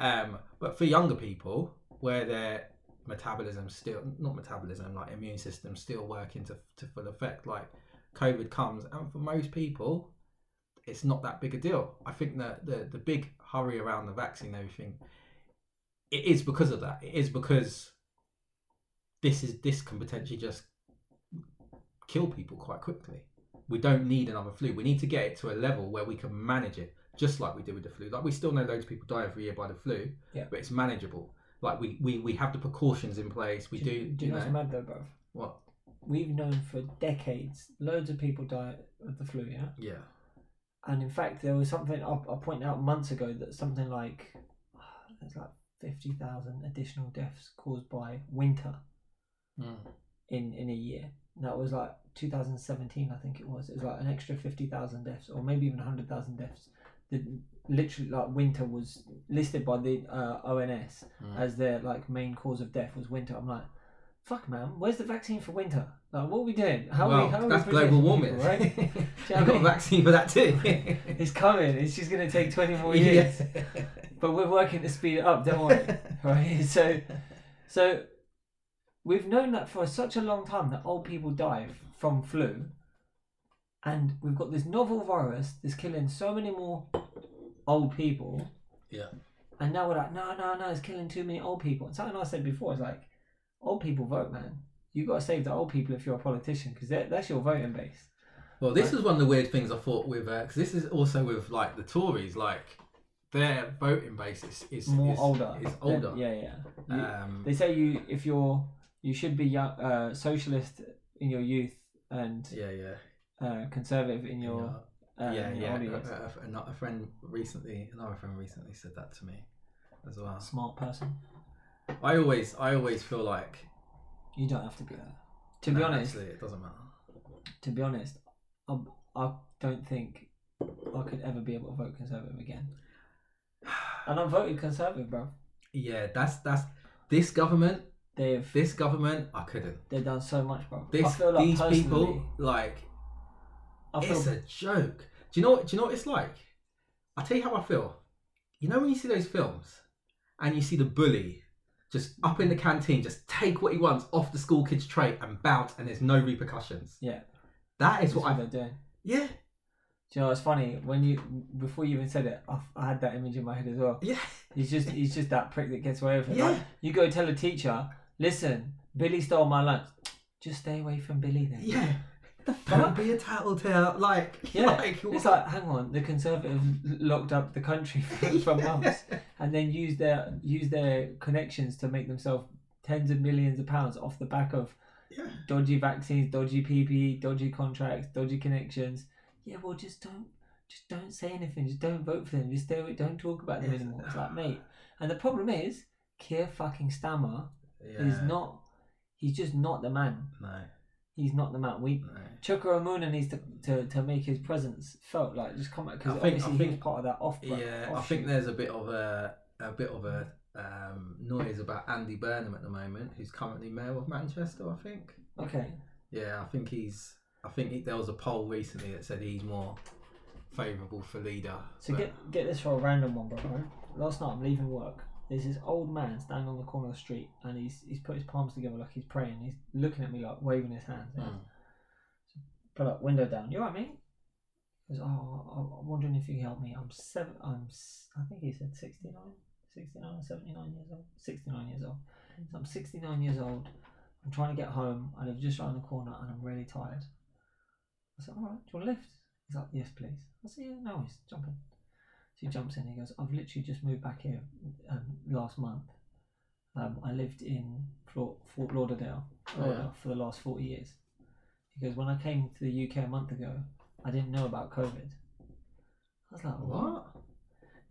B: Um, but for younger people, where their metabolism still, not metabolism, like immune system still working to, to full effect, like COVID comes. And for most people, it's not that big a deal. I think that the, the big hurry around the vaccine and everything, it is because of that. It is because this is this can potentially just kill people quite quickly. We don't need another flu. We need to get it to a level where we can manage it, just like we do with the flu. Like we still know loads of people die every year by the flu,
A: Yeah.
B: but it's manageable. Like we, we we have the precautions in place. We
A: do,
B: do,
A: you- do you know what's mad though, bruv?
B: what?
A: We've known for decades loads of people die of the flu, yeah?
B: Yeah,
A: And in fact, there was something I, I pointed out months ago that something like [sighs] there's like 50,000 additional deaths caused by winter
B: Mm.
A: in, in a year. And that was like 2017, I think it was. It was like an extra 50,000 deaths, or maybe even 100,000 deaths. The, literally, like winter was listed by the uh, ONS
B: Mm.
A: as their like main cause of death was winter. I'm like, fuck, man, where's the vaccine for winter? Like, what are we doing? How
B: well,
A: are we, how are
B: that's
A: we
B: global
A: protecting
B: warming.
A: people,
B: [laughs]
A: right?
B: We've
A: you know what I
B: got a
A: mean?
B: vaccine for that too.
A: [laughs]
B: [laughs]
A: It's coming. It's just gonna take 20 more
B: Yeah.
A: years. But we're working to speed it up, don't
B: [laughs]
A: worry. right? So, so we've known that for such a long time that old people die f- from flu, and we've got this novel virus that's killing so many more old people.
B: Yeah.
A: And now we're like, no, no, no, it's killing too many old people. And something I said before is like, old people vote, man. You got to save the old people if you're a politician because that's your voting base.
B: Well, this was one of the weird things I thought with because this is also with like the Tories, like their voting base is, is
A: More
B: is,
A: older.
B: is
A: than-
B: older.
A: yeah, yeah. You-
B: Um,
A: They say you if you're you should be young, uh, socialist in your youth and
B: yeah, yeah.
A: uh, conservative in your uh,
B: yeah,
A: in your
B: yeah.
A: older
B: A,
A: years.
B: a, a- a- a friend recently, another friend recently said that to me as well.
A: Smart person.
B: I always, I always feel like
A: You don't have to be that. To be
B: no,
A: honest,
B: actually, it doesn't matter.
A: to be honest, I, I don't think I could ever be able to vote conservative again. And I'm voting conservative, bro.
B: Yeah, that's that's this government.
A: They've
B: This government, I couldn't.
A: they've done so much, bro. I
B: This
A: feel like
B: these
A: personally,
B: people, like
A: I feel
B: it's a joke. Do you know? Do you know what it's like? I will tell you how I feel. You know when you see those films, and you see the bully just up in the canteen, just take what he wants off the school kid's tray and bounce, and there's no repercussions.
A: Yeah.
B: that
A: that's
B: is what I.
A: they're doing.
B: Yeah,
A: Do you know it's funny when you before you even said it, I, I had that image in my head as well.
B: yeah, [laughs]
A: He's just he's just that prick that gets away with it.
B: yeah.
A: Like, you go tell a teacher, listen, Billy stole my lunch. Just stay away from Billy then.
B: Yeah.
A: fuck?
B: Don't be a tattletale. Like, [laughs]
A: Yeah,
B: like
A: It's
B: what?
A: like, hang on, the Conservatives l- locked up the country [laughs] for, for
B: [laughs]
A: months and then use their use their connections to make themselves tens of millions of pounds off the back of
B: Yeah.
A: dodgy vaccines, dodgy PPE, dodgy contracts, dodgy connections. Yeah, well, just don't just don't say anything. Just don't vote for them. Just stay away. Don't talk about them
B: Yes.
A: anymore. It's like, mate. And the problem is, Keir fucking Stammer
B: Yeah.
A: is not. He's just not the man.
B: No,
A: He's not the man. We
B: no.
A: Chukwu Amuna needs to, to, to make his presence felt like just come out because
B: I think-
A: obviously
B: I think-
A: he's part of that off.
B: Yeah,
A: oh,
B: I think there's a bit of a a bit of a um, noise about Andy Burnham at the moment, who's currently mayor of Manchester. I think.
A: Okay.
B: Yeah, I think he's. I think he, there was a poll recently that said he's more favourable for leader.
A: So
B: but-
A: get get this for a random one, bro. right? Last night I'm leaving work. There's this old man standing on the corner of the street, and he's he's put his palms together like he's praying. He's looking at me like waving his hands.
B: Mm.
A: Put up window down. You all right, mate? He goes, oh, I- I'm wondering if you can help me. I'm seven. I'm. s- I think he said 69, 69 or 79 years old. 69 years old. So I'm 69 years old. I'm trying to get home. I live just around the corner, and I'm really tired. I said, all right, do you want a lift? He's like, yes, please. I said, yeah, no, he's jumping. So he jumps in. He goes, I've literally just moved back here um, last month. Um, I lived in Fort, Fort Lauderdale, Florida, for the last 40 years. He goes, when I came to the UK a month ago, I didn't know about COVID. I was like, what?
B: Hmm. What?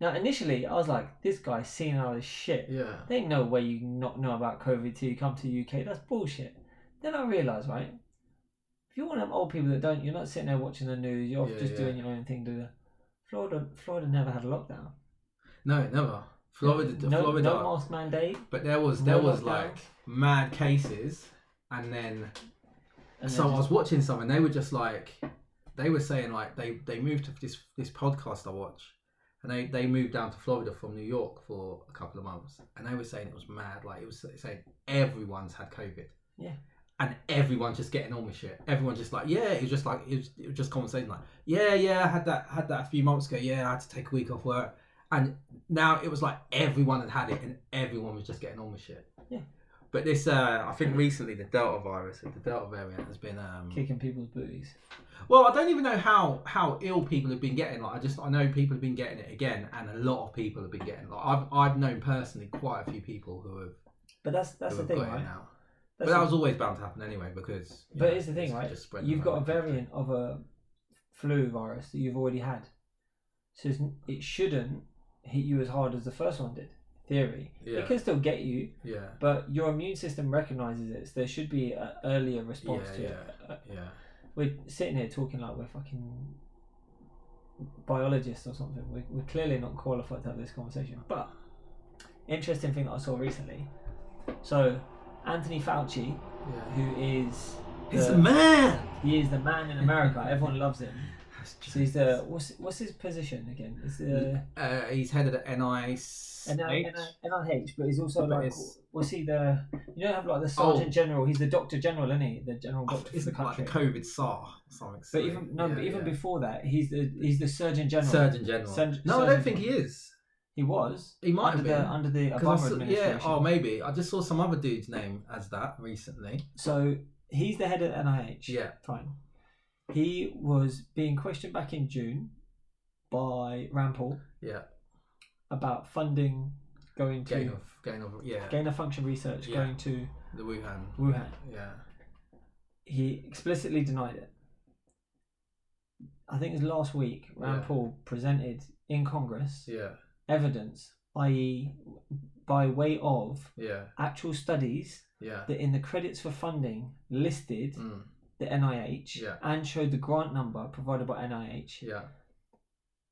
A: Now, initially, I was like, this guy's seen all this shit.
B: Yeah.
A: There ain't no way you can not know about COVID till you come to the UK. That's bullshit. Then I realised, right? If you're one of them old people that don't, you're not sitting there watching the news. You're
B: Yeah,
A: just
B: yeah.
A: doing your own thing. Do that. Florida, Florida never had a lockdown.
B: No, never. Florida,
A: no,
B: Florida.
A: no mask mandate.
B: but there was there
A: no
B: was
A: lockdown.
B: like mad cases, and then
A: And
B: so
A: they
B: I
A: just-
B: was watching some, and they were just like, they were saying like they they moved to this this podcast I watch, and they they moved down to Florida from New York for a couple of months, and they were saying it was mad, like it was saying everyone's had COVID.
A: Yeah.
B: And everyone's just getting on with shit. Everyone's just like, yeah, it was just like it was, it was just conversation like, yeah, yeah, I had that had that a few months ago. Yeah, I had to take a week off work, and now it was like everyone had had it, and everyone was just getting on with shit.
A: Yeah.
B: But this, uh, I think recently the Delta virus, the Delta variant, has been. Um,
A: Kicking people's booties.
B: well, I don't even know how how ill people have been getting. Like, I just I know people have been getting it again, and a lot of people have been getting. Like, I've I've known personally quite a few people who have
A: But that's that's the
B: who have
A: thing,
B: got it
A: right?
B: now.
A: That's
B: but that
A: the-
B: was always bound to happen anyway because. you
A: But
B: know,
A: here's the thing,
B: it's
A: right?
B: just spreading
A: You've got a
B: around.
A: variant of a flu virus that you've already had, so it's, it shouldn't hit you as hard as the first one did. Theory,
B: Yeah.
A: it can still get you,
B: Yeah,
A: but your immune system recognizes it. So there should be an earlier response
B: Yeah,
A: to it. Uh,
B: yeah.
A: We're sitting here talking like we're fucking biologists or something. We're, we're clearly not qualified to have this conversation. But interesting thing that I saw recently. So Anthony Fauci,
B: Yeah.
A: who is
B: He's
A: the-
B: a man.
A: he is the man in America. Everyone loves him.
B: That's
A: So he's the what's what's his position again? It's the
B: Uh, he's headed at NIH.
A: NIH, NIH but he's also
B: But
A: like
B: it's-
A: was he the you know have like the Sergeant General? He's the Doctor General, isn't he? The General
B: Oh,
A: Doctor for the
B: Isn't it like the
A: country.
B: COVID SAR or something?
A: but
B: silly?
A: even no,
B: Yeah,
A: but even
B: yeah.
A: before that, he's the he's the Surgeon General.
B: Surgeon General.
A: Surg-
B: no, I
A: Surgeon
B: don't think he
A: General.
B: is.
A: He was
B: He might
A: under
B: have been.
A: the under the
B: 'Cause I
A: Obama
B: saw-
A: administration.
B: yeah, oh maybe. I just saw some other dude's name as that recently.
A: So he's the head of NIH.
B: Yeah.
A: fine. He was being questioned back in June by Rand Paul.
B: Yeah.
A: about funding going to
B: Gain of gain of yeah.
A: gain of function research
B: Yeah.
A: going to
B: The Wuhan.
A: Wuhan.
B: Yeah.
A: He explicitly denied it. I think it was last week, Rand
B: Yeah.
A: Paul presented in Congress
B: Yeah.
A: evidence, i.e., by way of
B: Yeah.
A: actual studies
B: Yeah.
A: that in the credits for funding listed
B: Mm,
A: the NIH
B: Yeah.
A: and showed the grant number provided by NIH.
B: yeah.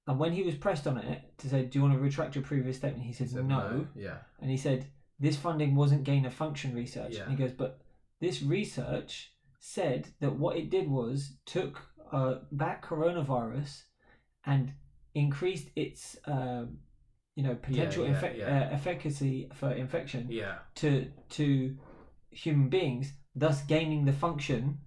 A: And when he was pressed on it to say, Do you want to retract your previous statement? He said,
B: Said
A: no.
B: Yeah.
A: and he said this funding wasn't gain of function research
B: Yeah.
A: and he goes but this research said that what it did was took uh, back coronavirus and increased its um, you know potential
B: yeah,
A: effe-
B: yeah.
A: Uh, efficacy for infection
B: Yeah.
A: to to human beings thus gaining the function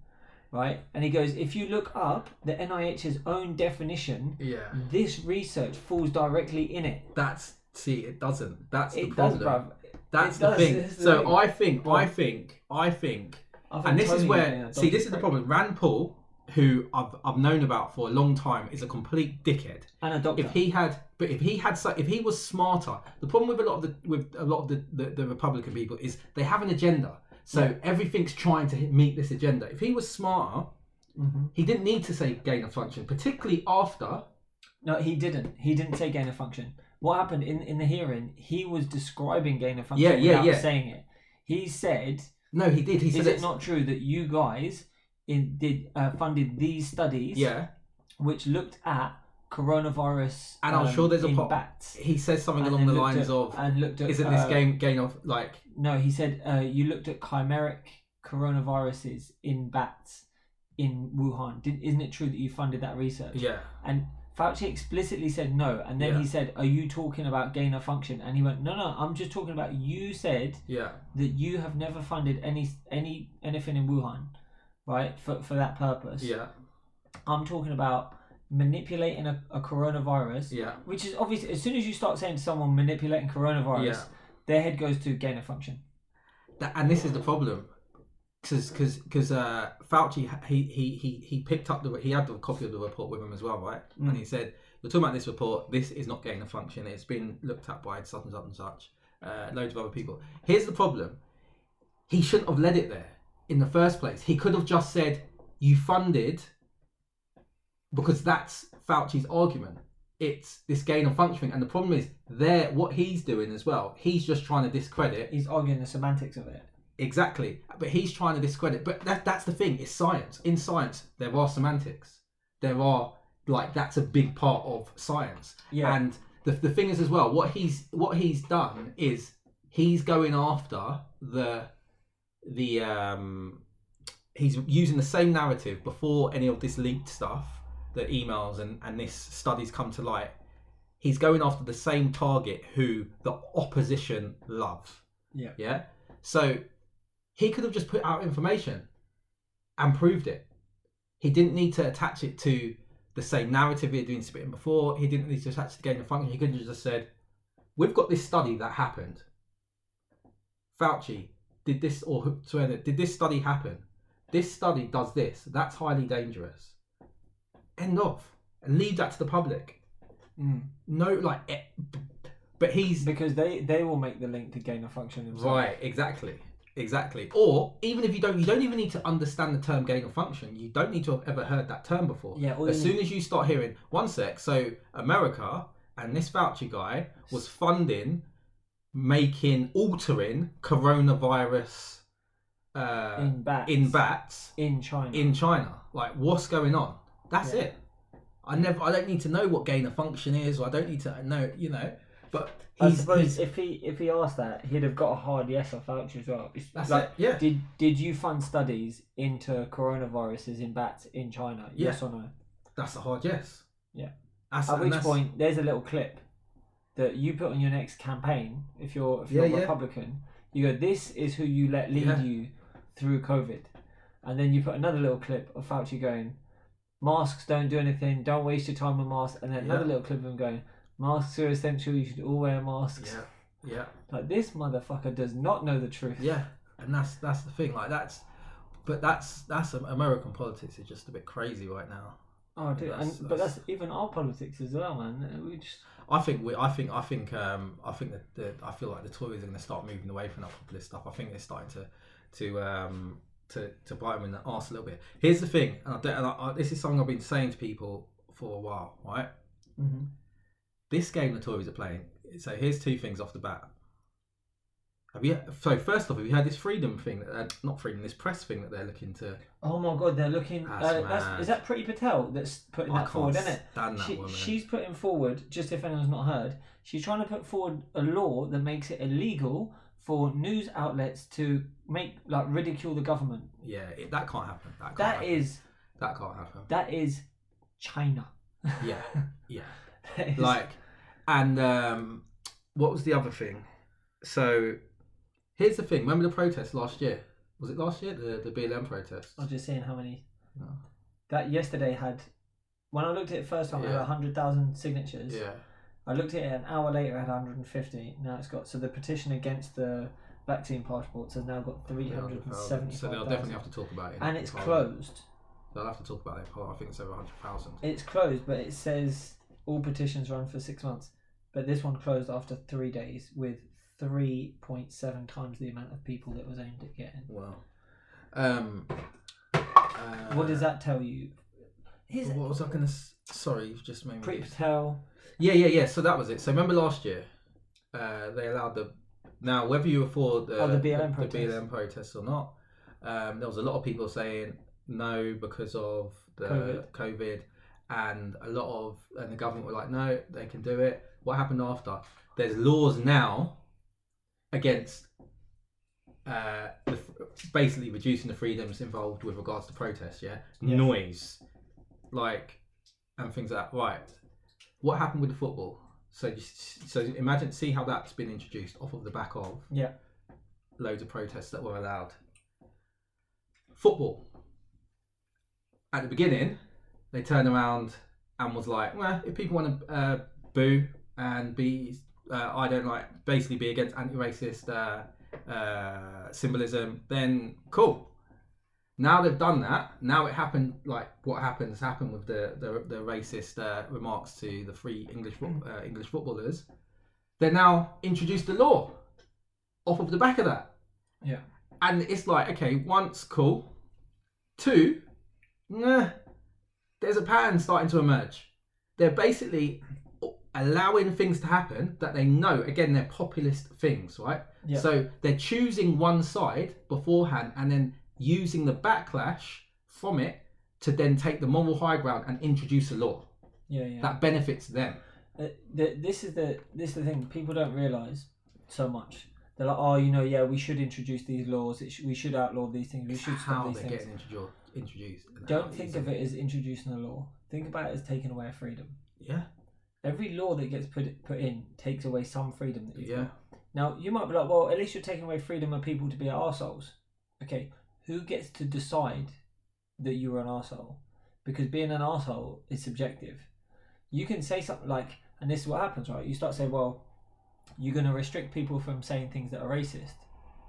A: right and he goes if you look up the NIH's own definition
B: Yeah.
A: this research falls directly in it
B: That's see, it doesn't. That's the
A: it does
B: problem.
A: bruv
B: That's
A: It
B: the
A: does,
B: thing.
A: it's the
B: so
A: thing.
B: I think, I
A: Well-
B: think, I think,
A: I think
B: and this is
A: Tony
B: where
A: getting a
B: see,
A: dodgy
B: this is the
A: prick.
B: problem. Rand Paul, who I've I've known about for a long time, is a complete dickhead.
A: and a doctor.
B: If he had, but if he had, so- if he was smarter, the problem with a lot of the with a lot of the the, the Republican people is they have an agenda. So
A: Yeah.
B: everything's trying to hit- meet this agenda. If he was smarter,
A: Mhm.
B: he didn't need to say gain of function, particularly after.
A: No, he didn't. He didn't say gain of function. What happened in in the hearing? He was describing gain of function
B: Yeah, yeah,
A: without
B: yeah.
A: saying it. He said,
B: No, he did. He
A: "Is
B: said
A: it
B: it's
A: not true that you guys in, did uh, funded these studies,
B: Yeah,
A: which looked at coronavirus
B: And I'm sure there's a
A: in
B: pop-
A: bats
B: he says something
A: and
B: along the
A: then looked
B: lines
A: at-
B: of,
A: and looked at
B: "Isn't this
A: uh,
B: game gain of like
A: No, he said uh, you looked at chimeric coronaviruses in bats in Wuhan. Did, isn't it true that you funded that research?
B: yeah"?
A: And Fauci explicitly said no. And then
B: Yeah.
A: he said, Are you talking about gain of function? And he went, No, no, I'm just talking about you said
B: Yeah,
A: that you have never funded any any anything in Wuhan, right? For for that purpose.
B: yeah,
A: I'm talking about manipulating a, a coronavirus.
B: yeah,
A: Which is obvious as soon as you start saying to someone manipulating coronavirus,
B: yeah.
A: their head goes to gain of function.
B: That, and this is the problem, because because uh, Fauci he, he he he picked up the he had the copy of the report with him as well, right? And he said, "We're talking about this report. This is not gain of function. It's been looked at by such and such and such, uh, loads of other people." Here's the problem: he shouldn't have led it there in the first place. He could have just said, "You funded," because that's Fauci's argument. It's this gain of function, and the problem is there. What he's doing as well, he's just trying to discredit
A: He's arguing the semantics of it.
B: Exactly, but he's trying to discredit. But that, that's the thing. It's science. In science, there are semantics. There are like that's a big part of science.
A: Yeah.
B: And the, the thing is as well, what he's what he's done is he's going after the the um he's using the same narrative before any of this leaked stuff, the emails and and this studies come to light. He's going after the same target who the opposition love.
A: Yeah.
B: Yeah. So he could have just put out information and proved it. He didn't need to attach it to the same narrative he had been spitting before. He didn't need to attach it to gain of function. He could have just said, We've got this study that happened. Fauci, did this or who- to end it, did this study happen? This study does this. That's highly dangerous. End of and leave that to the public.
A: Mm.
B: No, like, eh, b- but he's
A: Because they they will make the link to gain a function themselves.
B: Right, exactly. Exactly. Or even if you don't you don't even need to understand the term gain of function. You don't need to have ever heard that term before.
A: Yeah, all
B: as
A: you
B: soon as you start hearing one sec, so America and this Fauci guy was funding making altering coronavirus uh,
A: in bats.
B: in bats
A: In China.
B: in China. Like what's going on? That's
A: Yeah.
B: it. I never I don't need to know what gain of function is or I don't need to know, you know. But
A: I
B: he's,
A: suppose
B: he's
A: if he if he asked that, he'd have got a hard yes off Fauci as well. It's
B: that's
A: like,
B: it. Yeah.
A: Did did you fund studies into coronaviruses in bats in China?
B: Yeah.
A: Yes or no?
B: That's a hard yes.
A: Yeah.
B: That's,
A: At
B: and
A: which
B: that's-
A: point, there's a little clip that you put on your next campaign if you're if you're
B: Yeah,
A: a
B: yeah.
A: Republican. You go, this is who you let lead
B: Yeah.
A: you through COVID, and then you put another little clip of Fauci going, masks don't do anything, don't waste your time on masks, and then another
B: Yeah.
A: little clip of him going, masks are essential, you should all wear masks.
B: Yeah, yeah,
A: Like this motherfucker does not know the truth.
B: yeah, and that's that's the thing. Like that's, but that's that's um, American politics is just a bit crazy right now.
A: Oh, dude,
B: That's-
A: and, but
B: that's-
A: that's even our politics as well, man. We just
B: I think we, I think, I think, um, I think that the, I feel like the Tories are going to start moving away from that populist stuff. I think they're starting to, to, um, to, to bite them in the arse a little bit. Here's the thing, and, I, don't- and I, I, this is something I've been saying to people for a while, right? Mm-hmm.
A: mhm.
B: this game the Tories are playing. So here's two things off the bat. Have you? So first off, have you had this freedom thing? That uh, not freedom, this press thing that they're looking to.
A: Oh my god, they're looking.
B: That's
A: uh, that's,
B: mad.
A: is that Pretty Patel that's putting
B: I
A: that
B: can't
A: forward, isn't it?
B: stand that
A: She,
B: woman.
A: she's putting forward, just if anyone's not heard, she's trying to put forward a law that makes it illegal for news outlets to make like ridicule the government.
B: Yeah, it, that can't happen. That, can't
A: That
B: happen.
A: is
B: That
A: [laughs]
B: can't happen.
A: that is China. [laughs]
B: Yeah, yeah.
A: That is-
B: like and um what was the other thing so here's the thing remember the protest last year was it last year the the blm protest
A: I was just seeing how many
B: No.
A: that yesterday had. When I looked at it first time, it
B: Yeah.
A: had hundred thousand signatures.
B: yeah
A: I looked at it an hour later, it had 150. Now it's got so the petition against the vaccine passports has now got 375.
B: so they'll definitely have to talk about it in
A: and it's
B: Parliament.
A: closed.
B: they'll have to talk about it in Parliament. i think it's over 100000
A: It's closed, but it says all petitions run for six months. But this one closed after three days with 3.7 times the amount of people that was aimed at getting.
B: wow um uh,
A: what does that tell you? Here's
B: what was i gonna s- sorry you've just made me
A: Pretty
B: lose-
A: Patel.
B: Yeah, yeah, yeah. So that was it. So remember last year, uh, they allowed the now whether you were for the
A: Oh, the BLM
B: the,
A: protest.
B: BLM protests or not, um, there was a lot of people saying no because of the COVID.
A: COVID.
B: and a lot of and the government were like no, they can do it. What happened after? There's laws now against uh, the, basically reducing the freedoms involved with regards to protest. Yeah,
A: Yeah.
B: noise, like and things like that. Right. What happened with the football? So, you, s- so imagine, see how that's been introduced off of the back of
A: Yeah.
B: loads of protests that were allowed. Football. At the beginning, they turned around and was like, well, if people want to uh, boo and be, uh, I don't like, basically be against anti-racist uh, uh, symbolism, then cool. Now they've done that. Now it happened, like what happened has happened with the the, the racist uh, remarks to the free English fo- uh, English footballers. They're now introduced the law off of the back of that.
A: Yeah.
B: And it's like, okay, once cool, two, nah, there's a pattern starting to emerge. They're basically allowing things to happen that they know. Again, they're populist things, right?
A: Yeah.
B: So they're choosing one side beforehand and then using the backlash from it to then take the moral high ground and introduce a law
A: Yeah, yeah.
B: that benefits them.
A: Uh, the, this is the this is the thing people don't realize so much. They're like, oh, you know, yeah, we should introduce these laws. It sh- we should outlaw these things. We should
B: how
A: stop
B: they're
A: these things.
B: getting introduced. introduced and how
A: Don't
B: they're
A: think
B: using
A: of it as introducing a law. Think about it as taking away a freedom.
B: Yeah,
A: Every law that gets put put in takes away some freedom that you've
B: yeah,
A: got. Now you might be like, well, at least you're taking away freedom of people to be arseholes. Okay, who gets to decide that you are an arsehole? Because being an arsehole is subjective. You can say something like, and this is what happens, right? You start saying, well, you're going to restrict people from saying things that are racist.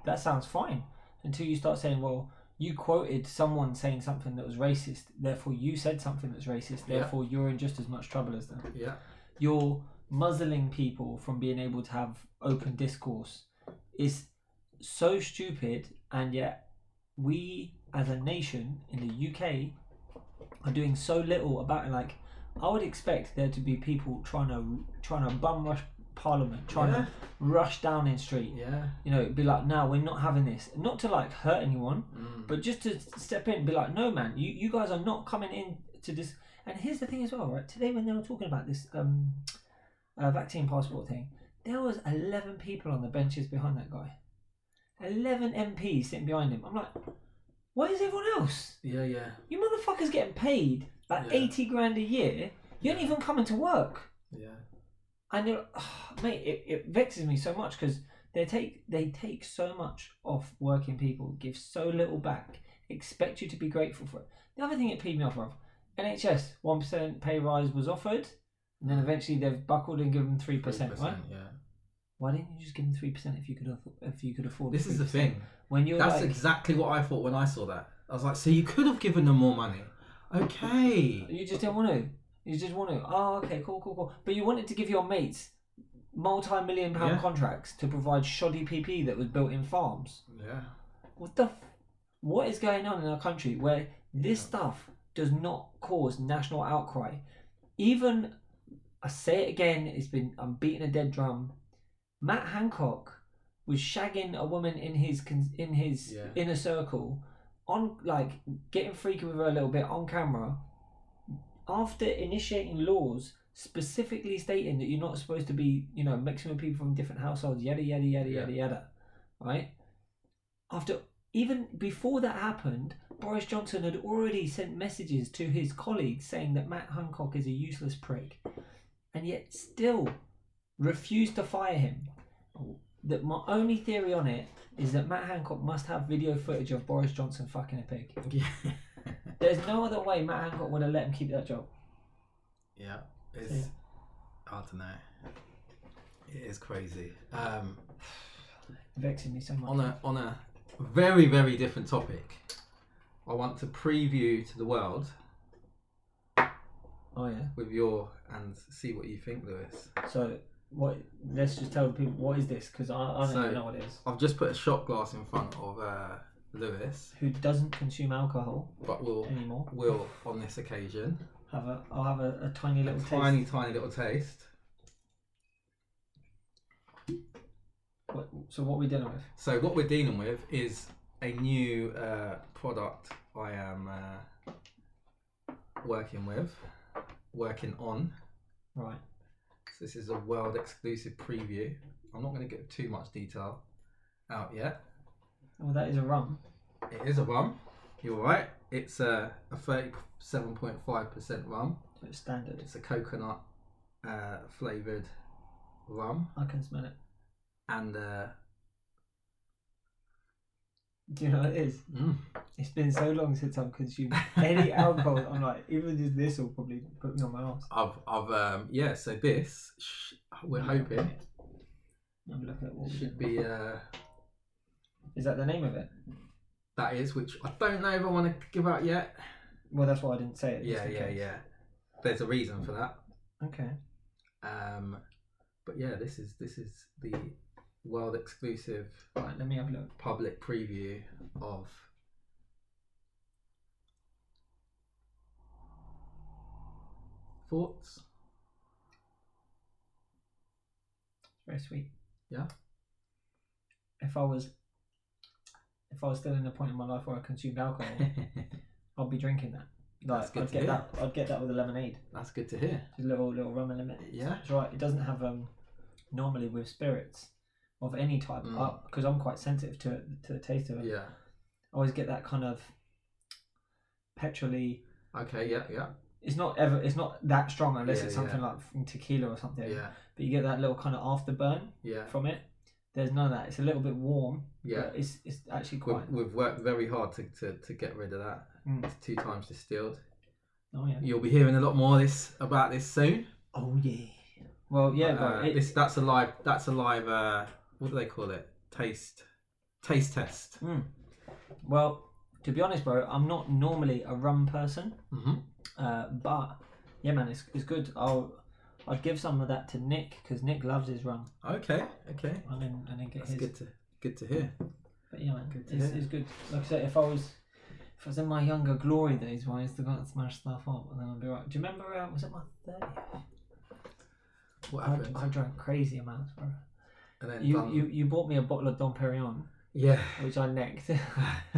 A: that sounds fine until you start saying, well, you quoted someone saying something that was racist, therefore you said something that's racist,
B: Yeah.
A: therefore you're in just as much trouble as them.
B: Yeah.
A: You're muzzling people from being able to have open discourse is so stupid, and yet we as a nation in the UK are doing so little about it. Like, I would expect there to be people trying to trying to bum rush Parliament, trying
B: yeah.
A: to rush Downing Street.
B: Yeah.
A: You know, be like, no, we're not having this. Not to like hurt anyone,
B: Mm.
A: but just to step in and be like, no, man, you, you guys are not coming in to this. And here's the thing as well, right? Today, when they were talking about this um, uh, vaccine passport thing, there was 11 people on the benches behind that guy. 11 MPs sitting behind him. I'm like, where is everyone else?
B: Yeah. Yeah.
A: You motherfuckers getting paid like
B: Yeah.
A: 80 grand a year. You ain't even coming to work.
B: Yeah.
A: And you're, [sighs] mate, it, it vexes me so much because they take they take so much off working people, give so little back, expect you to be grateful for it. The other thing it peed me off of NHS one percent pay rise was offered, and then eventually they've buckled and given three percent. Right?
B: Yeah.
A: Why didn't you just give them three percent if you could aff- if you could afford?
B: This is the
A: 3%?
B: thing.
A: when you're
B: That's
A: like,
B: exactly what I thought when I saw that. I was like, so you could have given them more money.
A: [laughs]
B: Okay.
A: you just don't want to. You just want to. Oh, okay, cool, cool, cool. But you wanted to give your mates multi-million pound
B: Yeah.
A: contracts to provide shoddy PP that was built in farms.
B: Yeah.
A: what the f- what is going on in our country where this stuff does not cause national outcry even i say it again it's been i'm beating a dead drum matt hancock was shagging a woman in his con- in his
B: Yeah.
A: inner circle on like getting freaky with her a little bit on camera after initiating laws specifically stating that you're not supposed to be you know mixing with people from different households yada yada yada
B: Yeah.
A: yada yada right after even before that happened, Boris Johnson had already sent messages to his colleagues saying that Matt Hancock is a useless prick, and yet still refused to fire him. That my only theory on it is that Matt Hancock must have video footage of Boris Johnson fucking a pig.
B: Yeah.
A: There's no other way Matt Hancock would have let him keep that job.
B: yeah. It's, I don't know. It is crazy. Um,
A: Vexing me so much.
B: on a on a very very different topic, I want to preview to the world
A: Oh yeah.
B: with your and see what you think, Lewis.
A: So what? Let's just tell the people what is this because I, I don't
B: So-
A: even know what it is.
B: I've just put a shot glass in front of uh, Lewis,
A: Who doesn't consume alcohol
B: but we'll
A: anymore?
B: will on this occasion
A: Have a, I'll have a, a tiny
B: a
A: little taste.
B: tiny tiny little taste.
A: What, so what are we dealing with?
B: So what we're dealing with is a new uh, product I am uh, working with, working on.
A: Right.
B: So this is a world exclusive preview. I'm not going to get too much detail out yet.
A: Well, that is a rum.
B: It is a rum. You're right. It's a, a 37.5% rum.
A: So it's standard.
B: It's a coconut uh, flavored rum,
A: I can smell it.
B: and uh,
A: Do you know what it is?
B: mm,
A: It's been so long since I've consumed
B: [laughs]
A: any alcohol. I'm like, even just this will probably put me on my ass.
B: I've, I've, um, yeah. So this, sh- we're hoping.
A: Have a look at what we did.
B: should be uh,
A: Is that the name of it?
B: that is, which I don't know if I want to give out yet.
A: Well, that's why I didn't say it. just
B: Yeah,
A: in
B: yeah,
A: case.
B: yeah. There's a reason for that.
A: Okay.
B: Um, but yeah, this is this is the world exclusive
A: Right, let me have a look.
B: public preview of. Thoughts?
A: It's very sweet.
B: Yeah.
A: If I was, if I was still in the point in my life where I consumed
B: [laughs]
A: alcohol, I'd be drinking that. Like,
B: That's good
A: I'd
B: to
A: get
B: hear.
A: that. I'd get that with a lemonade.
B: That's good to hear.
A: Just a little little rum and lemon.
B: Yeah.
A: That's right. It doesn't have um normally with spirits of any type
B: Mm.
A: because I'm quite sensitive to it to the taste of it.
B: Yeah.
A: I always get that kind of petrolly.
B: Okay. Yeah. Yeah.
A: It's not ever. It's not that strong unless
B: Yeah,
A: it's something like from tequila or something.
B: Yeah.
A: But you get that little kind of afterburn
B: Yeah.
A: from it. There's none of that. It's a little bit warm.
B: Yeah.
A: But it's it's actually
B: We've,
A: quite.
B: we've worked very hard to, to, to get rid of that.
A: Mm.
B: It's two times distilled.
A: Oh yeah.
B: You'll be hearing a lot more this about this soon.
A: Oh yeah. Well yeah,
B: uh,
A: but it,
B: this that's a live that's a live uh, what do they call it? Taste Taste test.
A: Hmm. Well, to be honest, bro, I'm not normally a rum person,
B: hmm
A: uh, but yeah, man, it's, it's good. I'll I'd give some of that to Nick because Nick loves his rum.
B: Okay, okay.
A: I didn't I didn't get
B: That's
A: his.
B: good to good to hear.
A: But yeah, man,
B: Good to
A: it's,
B: hear.
A: it's good. Like I said, if I was if I was in my younger glory days, when I used to go out and smash stuff up, and then I'd be right. Do you remember? Uh, was it my thirtieth?
B: What
A: I,
B: happened?
A: I drank crazy amounts, bro.
B: and then
A: You,
B: done-
A: you you bought me a bottle of Dom Perignon,
B: yeah. [laughs]
A: which I necked. [laughs]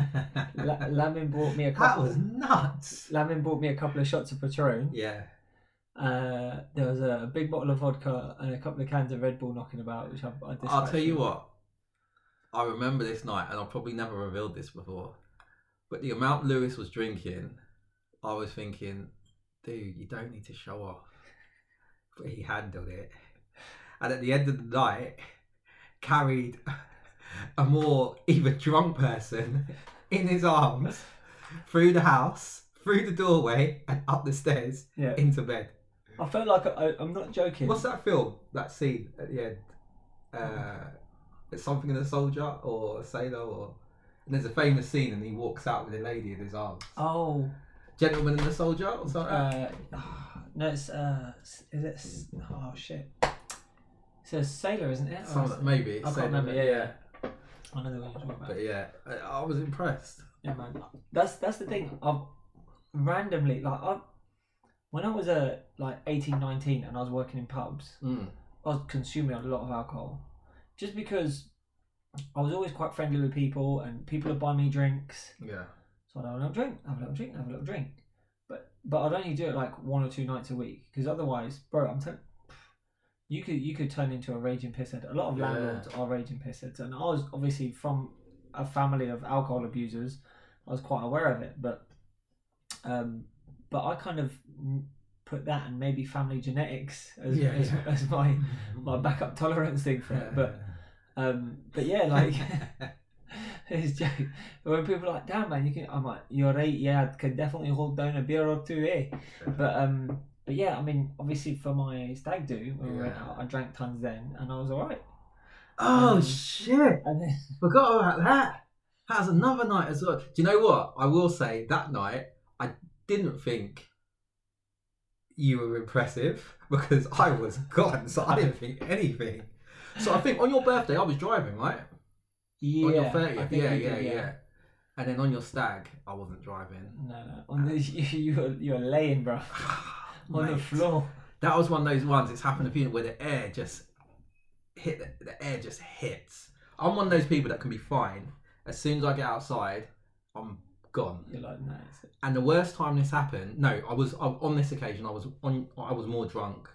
A: La-
B: that
A: Lamin bought me a couple.
B: was nuts.
A: Lamin bought me a couple of shots of Patron.
B: Yeah.
A: Uh, there was a big bottle of vodka and a couple of cans of Red Bull knocking about, which I, I dispatched.
B: I'll tell you what. I remember this night, and I probably never revealed this before, but the amount Lewis was drinking, I was thinking, dude, you don't need to show off. But he handled it, and at the end of the night, carried a more even drunk person in his arms through the house, through the doorway, and up the stairs
A: Yeah,
B: into bed.
A: I felt like I, I'm not joking.
B: What's that film? That scene at the end? Uh, it's something in a soldier or a sailor or. And there's a famous scene, and he walks out with a lady in his arms.
A: Oh,
B: Gentleman and the soldier or something.
A: uh, no, it's uh, s- is it? s- Oh shit! It's a sailor, isn't it? Or
B: Some-
A: is it-
B: maybe.
A: can't
B: sailor,
A: remember,
B: but
A: yeah, yeah. I know the one you're talking about.
B: But yeah, I, I was impressed.
A: Yeah, man. That's that's the thing. I've randomly like I, when I was uh, like 18, 19 and I was working in pubs,
B: Mm.
A: I was consuming a lot of alcohol, just because I was always quite friendly with people and people would buy me drinks,
B: Yeah.
A: so I'd have a little drink, have a little drink, have a little drink. But but I'd only do it like one or two nights a week because otherwise, bro, I'm telling you could you could turn into a raging pisshead. A lot of
B: Yeah.
A: landlords are raging pissheads, and I was obviously from a family of alcohol abusers. I was quite aware of it, but um, but I kind of mm, put that and maybe family genetics as
B: Yeah,
A: as,
B: yeah.
A: as my [laughs] my backup tolerance thing for it.
B: [laughs]
A: But um, but yeah, like. [laughs] It's joke. When people are like, damn man, you can. I'm like, you're right. Yeah, I could definitely hold down a beer or two, eh? But um, but yeah, I mean, obviously for my stag do when we went
B: Yeah.
A: out, I drank tons then, and I was alright.
B: oh
A: Um,
B: shit!
A: And then,
B: Forgot about that. That was another night as well. Do you know what? I will say that night I didn't think you were impressive [laughs] because I was gone, so I didn't think anything. So I think on your birthday I was driving, right?
A: yeah,
B: [laughs] on your
A: I
B: thirtieth,
A: think
B: yeah,
A: you
B: yeah,
A: did,
B: yeah, And then on your stag, I wasn't driving. [sighs]
A: No, no. On the [laughs] you, you're you're laying, bro, [laughs] on the
B: Mate,
A: floor.
B: That was one of those ones. It's happened a few where the air just hit. The, the air just hits. I'm one of those people that can be fine. As soon as I get outside, I'm gone.
A: You're like, no, it's
B: And the worst time this happened, no, I was I, on this occasion. I was on. I was more drunk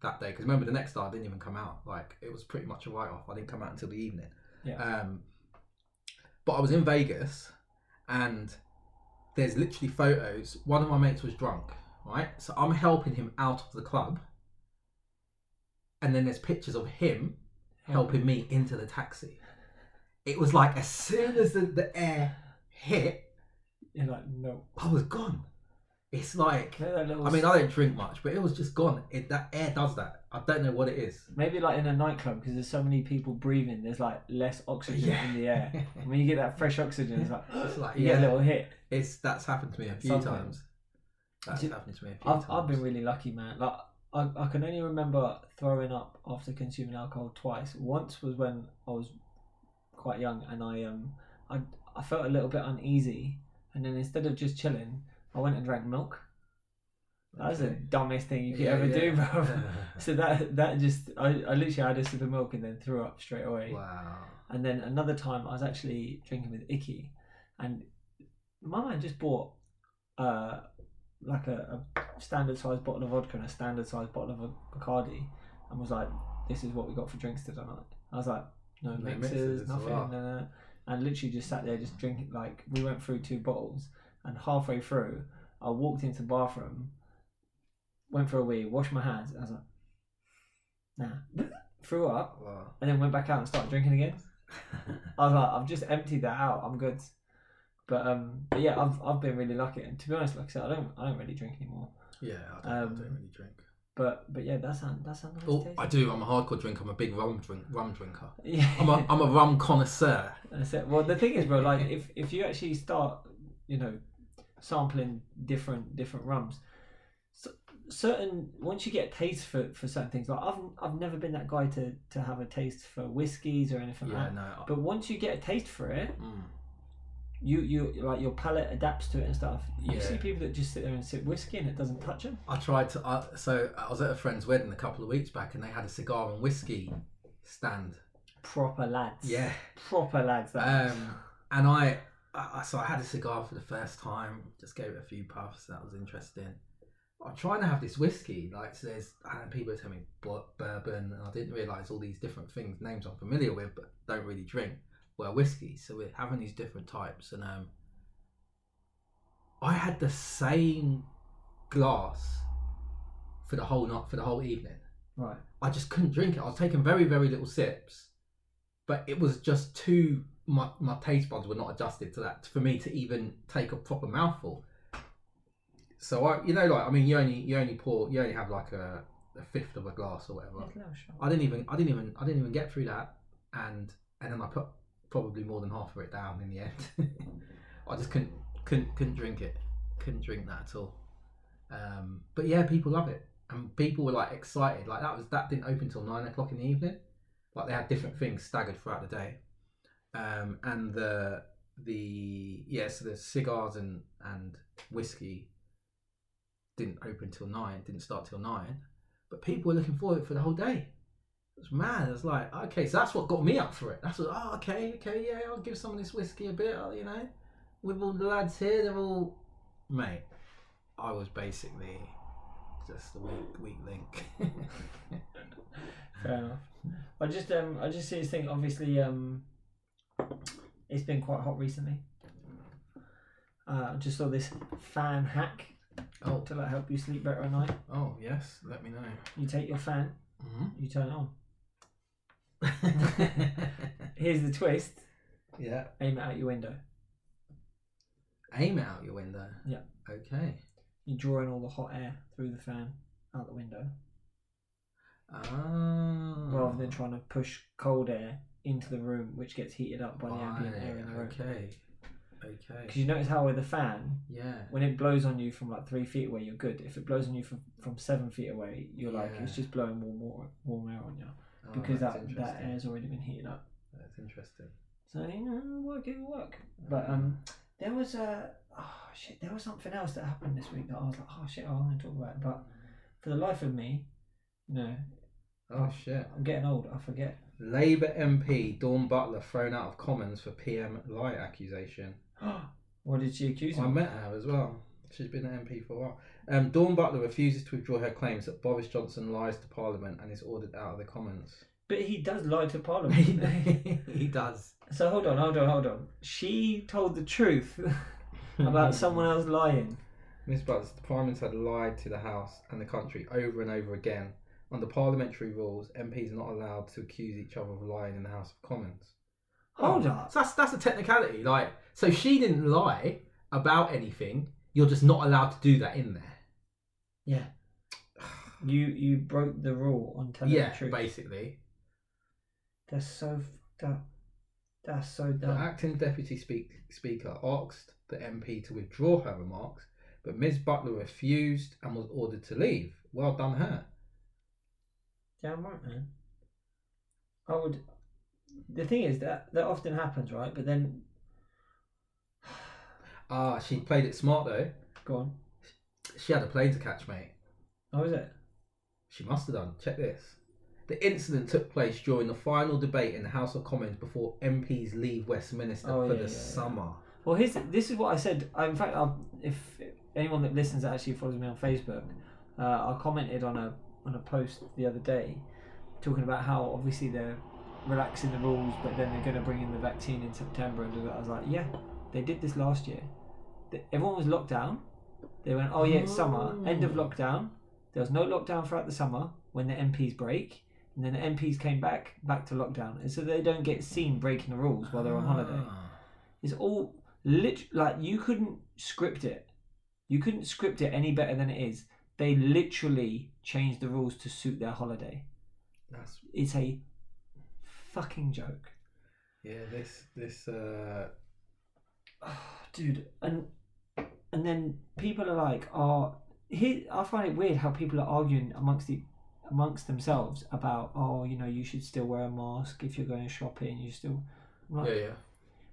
B: that day because remember the next day I didn't even come out. Like it was pretty much a write off. I didn't come out until the evening.
A: Yeah.
B: Um, but I was in Vegas, and there's literally photos. One of my mates was drunk, right? So I'm helping him out of the club, and then there's pictures of him helping me into the taxi. It was like as soon as the, the air hit,
A: You're like, no.
B: I was gone. It's like
A: Look at that little
B: I mean I don't drink much, but it was just gone. It, that air does that. I don't know what it is.
A: Maybe like in a nightclub because there's so many people breathing. There's like less oxygen
B: Yeah.
A: in the air. When you get that fresh oxygen, it's like
B: [laughs] it's
A: [gasps]
B: like
A: you get a
B: yeah,
A: little hit.
B: it's that's happened to me a few
A: Something.
B: times. That's
A: Do-
B: happened to me a few
A: I've,
B: times.
A: I've been really lucky, man. Like I, I can only remember throwing up after consuming alcohol twice. Once was when I was quite young, and I um I, I felt a little bit uneasy, and then instead of just chilling, I went and drank milk. That was the [laughs]
B: Okay.
A: dumbest thing you could
B: Yeah,
A: ever
B: yeah.
A: do, bro.
B: Yeah.
A: [laughs] So that that just I, I literally had a sip of milk and then threw up straight away.
B: wow.
A: And then another time I was actually drinking with Icky, and my man just bought uh, like a, a standard sized bottle of vodka and a standard sized bottle of Bacardi, and was like, "This is what we got for drinks tonight." I was like, "No
B: No
A: mixers,
B: mixers,
A: nothing."
B: wow.
A: no, no. And literally just sat there, just drinking. Like we went through two bottles, and halfway through, I walked into the bathroom, went for a wee, washed my hands. And I was like, "Nah," [laughs] threw up,
B: Wow.
A: and then went back out and started drinking
B: [laughs]
A: again. I was like, I've just emptied that out. I'm good. But um, but yeah, I've I've been really lucky. And to be honest, like I said, I don't I don't really drink anymore.
B: yeah, I don't, I
A: Um,
B: don't really drink.
A: But but yeah, that sounds that sounds nice.
B: Oh,
A: taste.
B: I do. I'm a hardcore drinker. I'm a big rum drink, rum
A: [laughs]
B: drinker.
A: yeah.
B: I'm a, I'm a rum connoisseur.
A: That's it. Well, the thing is, bro, like if if you actually start, you know, sampling different different rums, so, certain once you get a taste for for certain things, like I've I've never been that guy to to have a taste for whiskies or anything
B: Yeah,
A: like that.
B: no. I-
A: Uh-huh. But once you get a taste for it,
B: mm.
A: you you like your palate adapts to it and stuff. You
B: Yeah.
A: see people that just sit there and sip whiskey and it doesn't touch them.
B: I tried to. I so I was at a friend's wedding a couple of weeks back, and they had a cigar and whiskey stand.
A: Proper lads.
B: Yeah.
A: Proper lads. That.
B: Um, and I, I, so I had a cigar for the first time. Just gave it a few puffs. That was interesting. I'm trying to have this whiskey. Like, so there's and people tell me bur- bourbon, and I didn't realize all these different things, names I'm familiar with, but don't really drink. Were whiskey. So we're having these different types, and um, I had the same glass for the whole night, for the whole evening.
A: right.
B: I just couldn't drink it. I was taking very, very little sips, but it was just too my my taste buds were not adjusted to that for me to even take a proper mouthful. So I, you know, like I mean, you only you only pour you only have like a, a fifth of a glass or whatever.
A: Yeah, no, sure.
B: I didn't even I didn't even I didn't even get through that, and and then I put probably more than half of it down in the end. [laughs] I just couldn't couldn't couldn't drink it, couldn't drink that at all. Um, but yeah, people love it, and people were like excited. Like that was that didn't open till nine o'clock in the evening. Like they had different things staggered throughout the day, um, and the the yeah, so the cigars and and whiskey didn't open till nine, didn't start till nine, but people were looking forward for the whole day. It was mad. It was like, okay, so that's what got me up for it. That's what, oh, okay, okay, yeah, I'll give some of this whiskey a bit, I'll- you know. With all the lads here, they're all, mate. I was basically just a weak, weak link. [laughs]
A: Fair enough. I just um I just see this thing. Obviously um, it's been quite hot recently. Uh, I just saw this fan hack
B: oh,
A: to like help you sleep better at night.
B: oh yes, let me know.
A: You take your fan, you turn it on.
B: [laughs]
A: Here's the twist:
B: Mm-hmm. yeah,
A: aim it out your window.
B: aim it out your window.
A: Yeah.
B: Okay.
A: You draw in all the hot air through the fan out the window,
B: Oh.
A: rather than trying to push cold air into the room, which gets heated up by the ambient air in the room.
B: Okay.
A: Because
B: Okay.
A: you notice how with the fan,
B: Yeah.
A: when it blows on you from like three feet away, you're good. If it blows on you from, from seven feet away, you're like
B: Yeah.
A: it's just blowing warm water, warm air on you
B: Oh,
A: because
B: that's
A: that that
B: interesting.
A: air's already been heated up.
B: That's interesting.
A: So you know, it'll work it will work.
B: Hmm.
A: But um, there was a oh shit, there was something else that happened this week that I was like, oh shit, I want to talk about. it. But for the life of me, you know,
B: Oh shit.
A: I'm getting old. I forget. [gasps]
B: Labour MP Dawn Butler thrown out of Commons for PM lie accusation.
A: what did she accuse
B: I
A: him?
B: met her as well. She's been an MP for a while. Um, Dawn Butler refuses to withdraw her claims that Boris Johnson lies to Parliament and is ordered out of the Commons.
A: But he does lie to Parliament.
B: [laughs]
A: [laughs]
B: does.
A: so hold on, hold on, hold on. She told the
B: [laughs]
A: truth about someone else lying.
B: Ms. Butts, the Prime Minister had lied to the House and the country over and over again. Under parliamentary rules, MPs are not allowed to accuse each other of lying in the House of Commons.
A: Hold
B: Oh,
A: up.
B: So that's that's a technicality. Like, so she didn't lie about anything. You're just not allowed to do that in there.
A: Yeah. You you broke the rule on telling
B: yeah,
A: the truth.
B: basically.
A: That's so fucked up. That's so
B: The
A: dumb.
B: acting deputy speak, speaker asked the MP to withdraw her remarks, but Ms. Butler refused and was ordered to leave. Well done, her.
A: Damn right, man. I would. The thing is that that often happens, right? But then,
B: Ah, she played it smart though.
A: go on.
B: She had a plane to catch, mate.
A: How is it?
B: She must have done. Check this. The incident took place during the final debate in the House of Commons before MPs leave Westminster
A: Oh,
B: for
A: yeah,
B: the
A: yeah, yeah.
B: summer.
A: Well, here's this is what I said. I, in fact, I, if anyone that listens that actually follows me on Facebook, uh, I commented on a on a post the other day talking about how obviously they're relaxing the rules, but then they're going to bring in the vaccine in September. And do that. I was like, yeah, they did this last year. The- Everyone was locked down. They went, oh yeah, it's summer. End of
B: Oh.
A: lockdown. There was no lockdown throughout the summer when the MPs break, and then the MPs came back back to lockdown, and so they don't get seen breaking the rules while they're on holiday.
B: Ah.
A: It's all lit like you couldn't script it. You couldn't script it any better than it is. They literally changed the rules to suit their holiday.
B: That's
A: It's a fucking joke. [sighs]
B: yeah. This this uh,
A: dude and and then people are like oh he i find it weird how people are arguing amongst the amongst themselves about oh you know you should still wear a mask if you're going shopping you still I'm like-
B: yeah yeah.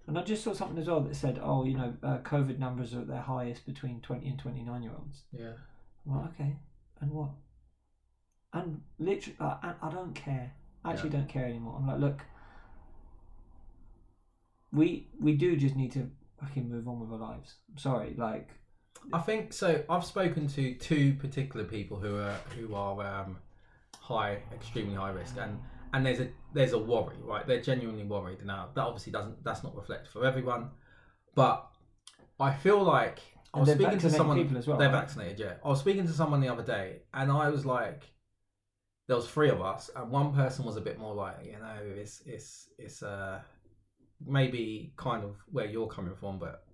A: and i just saw something as well that said oh you know uh, covid numbers are at their highest between 20 and 29 year olds
B: Yeah.
A: I'm like okay and what and literally uh, I, I don't care i actually don't care anymore i'm like look we we do just need to fucking move on with our lives i'm sorry like
B: I think so. I've spoken to two particular people who are who are um, high, extremely high risk, and and there's a there's a worry, right? They're genuinely worried. Now that obviously doesn't that's not reflected for everyone, but I feel like I
A: And
B: was
A: they're
B: speaking to
A: vaccinated
B: someone.
A: people as well,
B: they're
A: right?
B: vaccinated, yeah. I was speaking to someone the other day, and I was like, there was three of us, and one person was a bit more like, you know, it's it's it's uh maybe kind of where you're coming from, but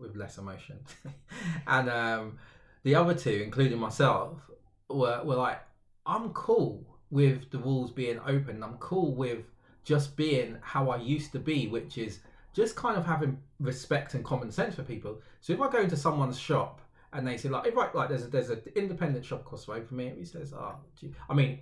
B: with less emotion. [laughs] and um, the other two, including myself, were, were like, I'm cool with the rules being open. I'm cool with just being how I used to be, which is just kind of having respect and common sense for people. So if I go into someone's shop and they say like, "Hey, right, like there's a, there's an independent shop across the road from me, he says, oh, gee. I mean,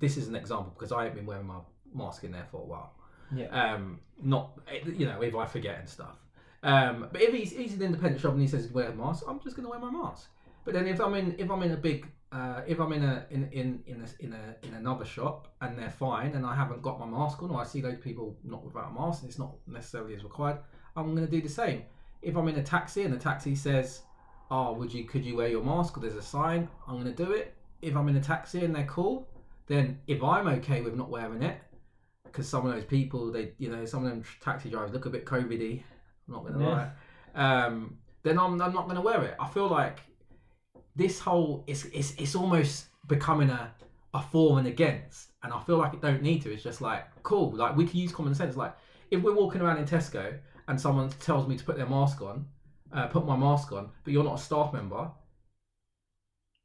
B: this is an example because I haven't been wearing my mask in there for a while
A: yeah
B: um, not you know if I forget and stuff. Um, but if he's, he's an independent shop and he says wear a mask, I'm just gonna wear my mask. But then if I'm in if I'm in a big uh, if I'm in a in in in a, in a in another shop and they're fine and I haven't got my mask on or I see those people not without a mask and it's not necessarily as required, I'm gonna do the same. If I'm in a taxi and the taxi says, "Oh, would you could you wear your mask?" or there's a sign, I'm gonna do it. If I'm in a taxi and they're cool, then if I'm okay with not wearing it, because some of those people, they you know, some of them taxi drivers look a bit COVIDy. I'm not gonna
A: Yeah.
B: lie. Um, then I'm, I'm not gonna wear it. I feel like this whole it's it's, it's almost becoming a a for and against, and I feel like it don't need to. It's just like cool, like we can use common sense. Like if we're walking around in Tesco and someone tells me to put their mask on, uh, put my mask on, but you're not a staff member,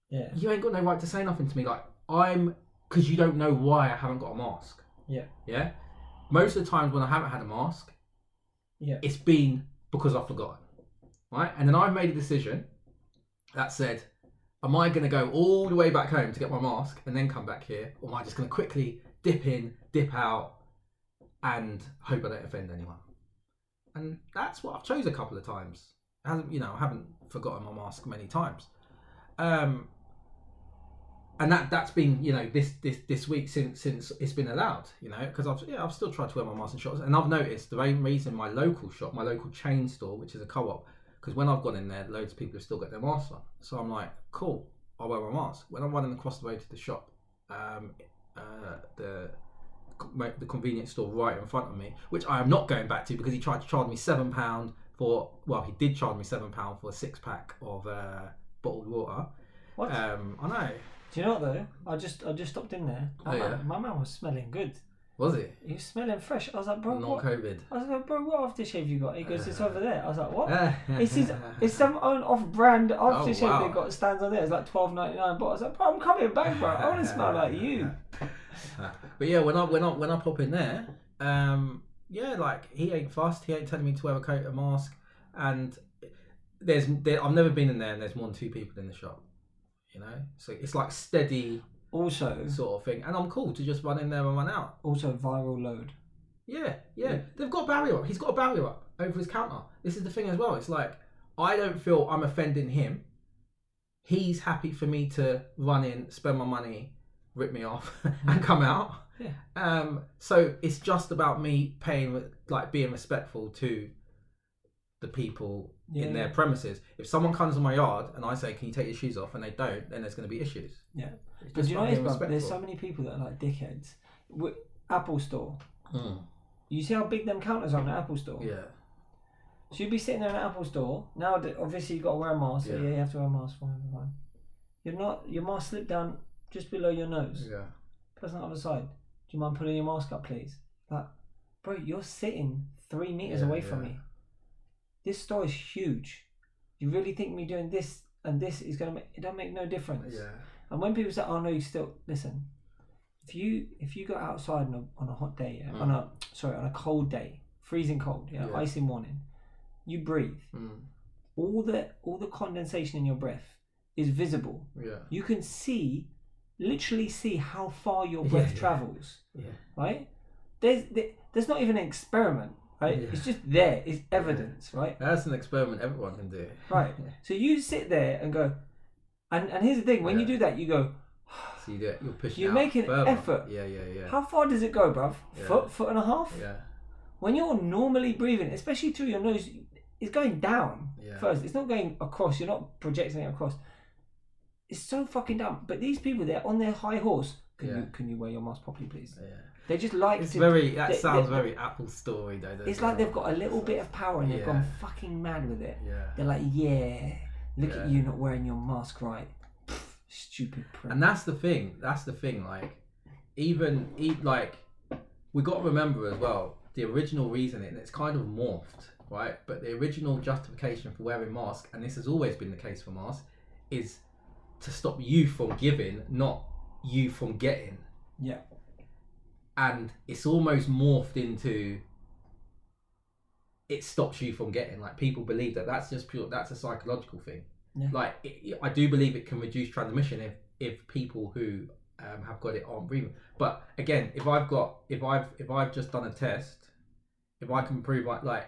A: yeah
B: you ain't got no right to say nothing to me. Like I'm, because you don't know why I haven't got a mask.
A: Yeah.
B: Yeah. Most of the times when I haven't had a mask,
A: Yeah.
B: it's been because I've forgotten, right? And then I've made a decision that said, am I going to go all the way back home to get my mask and then come back here, or am I just going to quickly dip in, dip out, and hope I don't offend anyone? And that's what I've chose a couple of times. I haven't, you know, I haven't forgotten my mask many times. Um, and that that's been you know this this this week since since it's been allowed you know because I've yeah I've still tried to wear my mask and shots and I've noticed the main reason my local shop my local chain store which is a co-op because when I've gone in there loads of people have still got their masks on so I'm like cool I'll wear my mask when I'm running across the road to the shop um, uh, the my, the convenience store right in front of me which I am not going back to because he tried to charge me seven pound for well he did charge me seven pound for a six pack of uh, bottled water
A: what
B: um, I know
A: do you know what though i just i just stopped in there my,
B: Oh, yeah.
A: man, my man was smelling good
B: was it
A: he was smelling fresh i was like bro
B: non
A: what?
B: COVID.
A: i was like bro what aftershave you got he goes it's over there i was like what
B: [laughs]
A: It's
B: This
A: his, it's some own off-brand aftershave
B: Oh, wow.
A: they got stands on there. It's like twelve ninety nine. But I was like, bro, I'm coming back, bro. I want to smell like
B: [laughs]
A: you.
B: But yeah, when I when I when I pop in there, um, yeah, like he ain't fussed. He ain't telling me to wear a coat, a mask, and there's there, I've never been in there and there's more than two people in the shop. You know, so it's like steady
A: Also,
B: sort of thing, and I'm cool to just run in there and run out.
A: also viral load.
B: Yeah, yeah.
A: Yeah.
B: They've got a barrier up. He's got a barrier up over his counter. This is the thing as well. It's like I don't feel I'm offending him. He's happy for me to run in, spend my money, rip me off, [laughs] and come out.
A: Yeah.
B: Um. So it's just about me paying, like being respectful to the people
A: Yeah,
B: in their premises. If someone comes in my yard and I say, "Can you take your shoes off?" and they don't, then there's going to be issues.
A: Yeah.
B: It's
A: But
B: just
A: you know what
B: about
A: it is,
B: being
A: bro? There's so
B: respectful.
A: many people that are like dickheads. W Apple Store.
B: Mm,
A: You see how big them counters are in the Apple Store.
B: Yeah.
A: So you'd be sitting there in the Apple Store. Now, th- obviously, you've got to wear a mask. So
B: Yeah.
A: yeah, you have to wear a mask. Fine, fine, fine. You're not. Your mask slipped down just below your nose.
B: Yeah.
A: Person on the other side. Do you mind pulling your mask up, please? Like, bro, you're sitting three meters
B: Yeah,
A: away from
B: yeah.
A: me. This store is huge. You really think me doing this and this is gonna make it don't make no difference.
B: Yeah.
A: And when people say, "Oh no, you still listen," if you if you go outside on a, on a hot day, yeah, on a sorry on a cold day, freezing cold, yeah,
B: Mm. Yeah.
A: icy morning, you breathe.
B: Mm.
A: All the all the condensation in your breath is visible.
B: Yeah.
A: You can see, literally see how far your
B: [laughs] Yeah,
A: breath
B: yeah.
A: travels.
B: Yeah.
A: Right? There's there, there's not even an experiment. Right?
B: Yeah.
A: It's just there. It's evidence.
B: [laughs]
A: Right?
B: That's an experiment everyone can do.
A: Right. So you sit there and go, and and here's the thing. When you
B: Yeah.
A: do that, you go.
B: [laughs] So you do it. You're pushing.
A: You
B: out
A: make an
B: further.
A: effort.
B: Yeah, yeah, yeah.
A: How far does it go, bruv?
B: Yeah.
A: Foot, foot and a half?
B: Yeah,
A: When you're normally breathing, especially through your nose, it's going down
B: yeah.
A: first. It's not going across. You're not projecting it across. It's so fucking dumb. But these people, they're on their high horse. Can you
B: Yeah.
A: can you wear your mask properly, please?
B: Yeah.
A: They just like
B: It's
A: to.
B: very. That
A: they-
B: sounds
A: they-
B: very Apple story though. doesn't
A: it's
B: it?
A: like they've got a little
B: So-
A: bit of power and they've
B: Yeah.
A: gone fucking mad with it.
B: Yeah.
A: They're like, yeah, look
B: Yeah.
A: at you not wearing your mask right. Pff, stupid prick.
B: And that's the thing. That's the thing. Like, even e- like, we got to remember as well the original reason, and it's kind of morphed, right? But the original justification for wearing masks, and this has always been the case for masks, is to stop you from giving, not you from getting.
A: yeah.
B: and it's almost morphed into it stops you from getting like people believe that that's just pure that's a psychological thing
A: Yeah.
B: like it, i do believe it can reduce transmission if if people who um, have got it aren't breathing but again if i've got if i've if i've just done a test if i can prove like like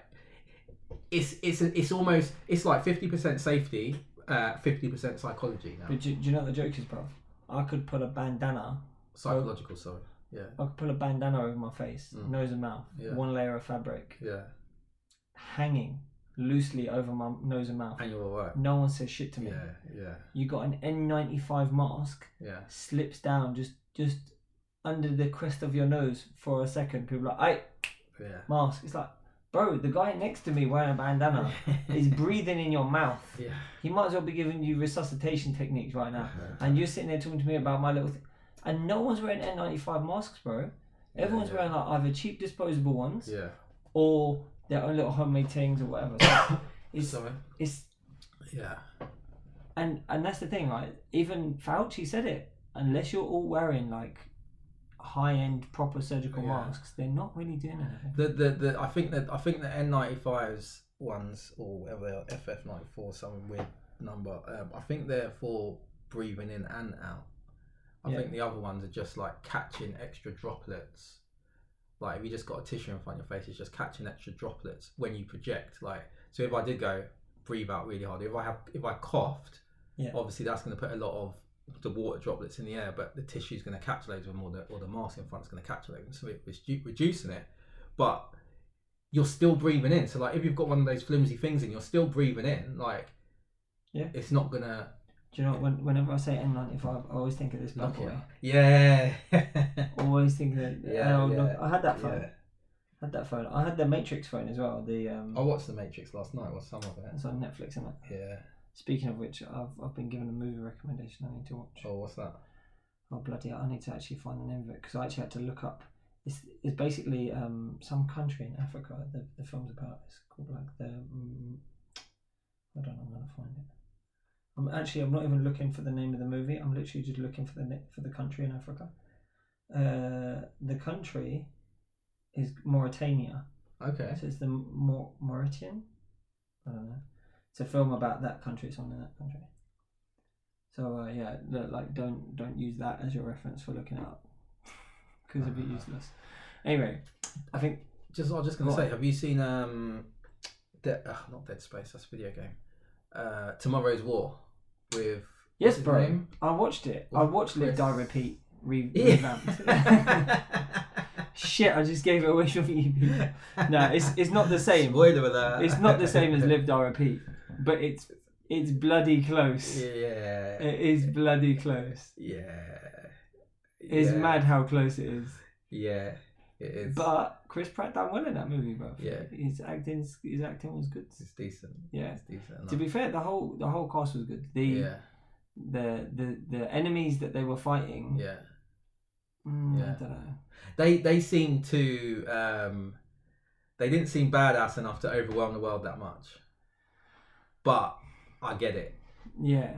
B: it's it's it's almost it's like 50% safety uh 50% psychology now
A: But do, do you know what the joke is, bruv? I could put a bandana
B: psychological sorry yeah
A: I could put a bandana over my face,
B: Mm.
A: nose and mouth,
B: Yeah.
A: one layer of fabric
B: yeah
A: hanging loosely over my nose and mouth.
B: and you're all right
A: No one says shit to me.
B: yeah yeah
A: You got an N95 mask,
B: yeah
A: slips down just just under the crest of your nose for a second. People are like,
B: yeah
A: "Hey, mask." It's like, bro, the guy next to me wearing a
B: [laughs]
A: bandana is breathing in your mouth.
B: Yeah.
A: He might as well be giving you resuscitation techniques right now. And you're sitting there talking to me about my little thing. And no one's wearing N95 masks, bro. Everyone's
B: Yeah,
A: wearing
B: yeah.
A: like either cheap disposable ones
B: Yeah.
A: or their own little homemade things or whatever.
B: [coughs]
A: So it's,
B: Sorry.
A: it's
B: Yeah.
A: and and that's the thing, right? Even Fauci said it. Unless you're all wearing like high end proper surgical
B: Yeah.
A: masks, they're not really doing anything.
B: The, the the I think that I think the N95s ones or whatever they are FF94 some weird number. Um, I think they're for breathing in and out. I
A: Yeah.
B: think the other ones are just like catching extra droplets. Like if you just got a tissue in front of your face, it's just catching extra droplets when you project. Like so, if I did go breathe out really hard, if I have if I coughed,
A: Yeah.
B: obviously that's going to put a lot of the water droplets in the air, but the tissue's going to catch loads of them, or the, or the mask in front's going to catch loads of them. So it, it's du- reducing it, but you're still breathing in. So like if you've got one of those flimsy things and you're still breathing in, like
A: Yeah.
B: it's not gonna
A: Do you know when, whenever I say N95, I always think of this bad
B: knock it.
A: boy.
B: Yeah, [laughs]
A: Always think of
B: Yeah,
A: yeah,
B: yeah,
A: I had that phone.
B: yeah.
A: I had that phone. I had the Matrix phone as well. The um,
B: I watched The Matrix last night. Or some of it.
A: it's on Netflix, isn't it?
B: Yeah.
A: Speaking of which, I've, I've been given a movie recommendation I need to watch.
B: Oh, what's that?
A: Oh bloody hell, I need to actually find the name of it because I actually had to look up. It's, it's basically um, some country in Africa. The, the film's about it's called like the. Um, hold on, I'm gonna find it. I'm actually I'm not even looking for the name of the movie. I'm literally just looking for the na- for the country in Africa. Uh, the country is Mauritania.
B: Okay.
A: So it's the Maur- Mauritian. I don't know. It's a film about that country. It's on in that country. So uh, yeah, look, like don't don't use that as your reference for looking up [laughs] because
B: [laughs]
A: it'd be useless. Anyway, I think
B: Just I was just gonna
A: What?
B: say, have you seen um, De- uh, not Dead Space? That's a video game. Uh, Tomorrow's War with
A: yes,
B: what's his
A: bro.
B: name?
A: I watched it.
B: Was
A: I
B: it
A: watched Live
B: Chris?
A: Die Repeat
B: [laughs]
A: re- revamped. [laughs]
B: Yeah.
A: Shit, I just gave it away from you. [laughs] No, it's it's not the same.
B: Spoiler alert.
A: It's not the same as Live Die Repeat, but it's it's bloody close.
B: [laughs] Yeah.
A: It is bloody close.
B: Yeah.
A: It's
B: Yeah.
A: mad how close it is.
B: Yeah. It is.
A: But Chris Pratt done well in that movie, bro.
B: Yeah.
A: his acting, his acting was good.
B: it's decent.
A: Yeah.
B: It's decent.
A: To
B: enough.
A: be fair, the whole the whole cast was good. The
B: yeah.
A: the, the the enemies that they were fighting.
B: Yeah.
A: mm,
B: Yeah.
A: I don't know.
B: They they seem to um, they didn't seem badass enough to overwhelm the world that much. But I get it.
A: Yeah,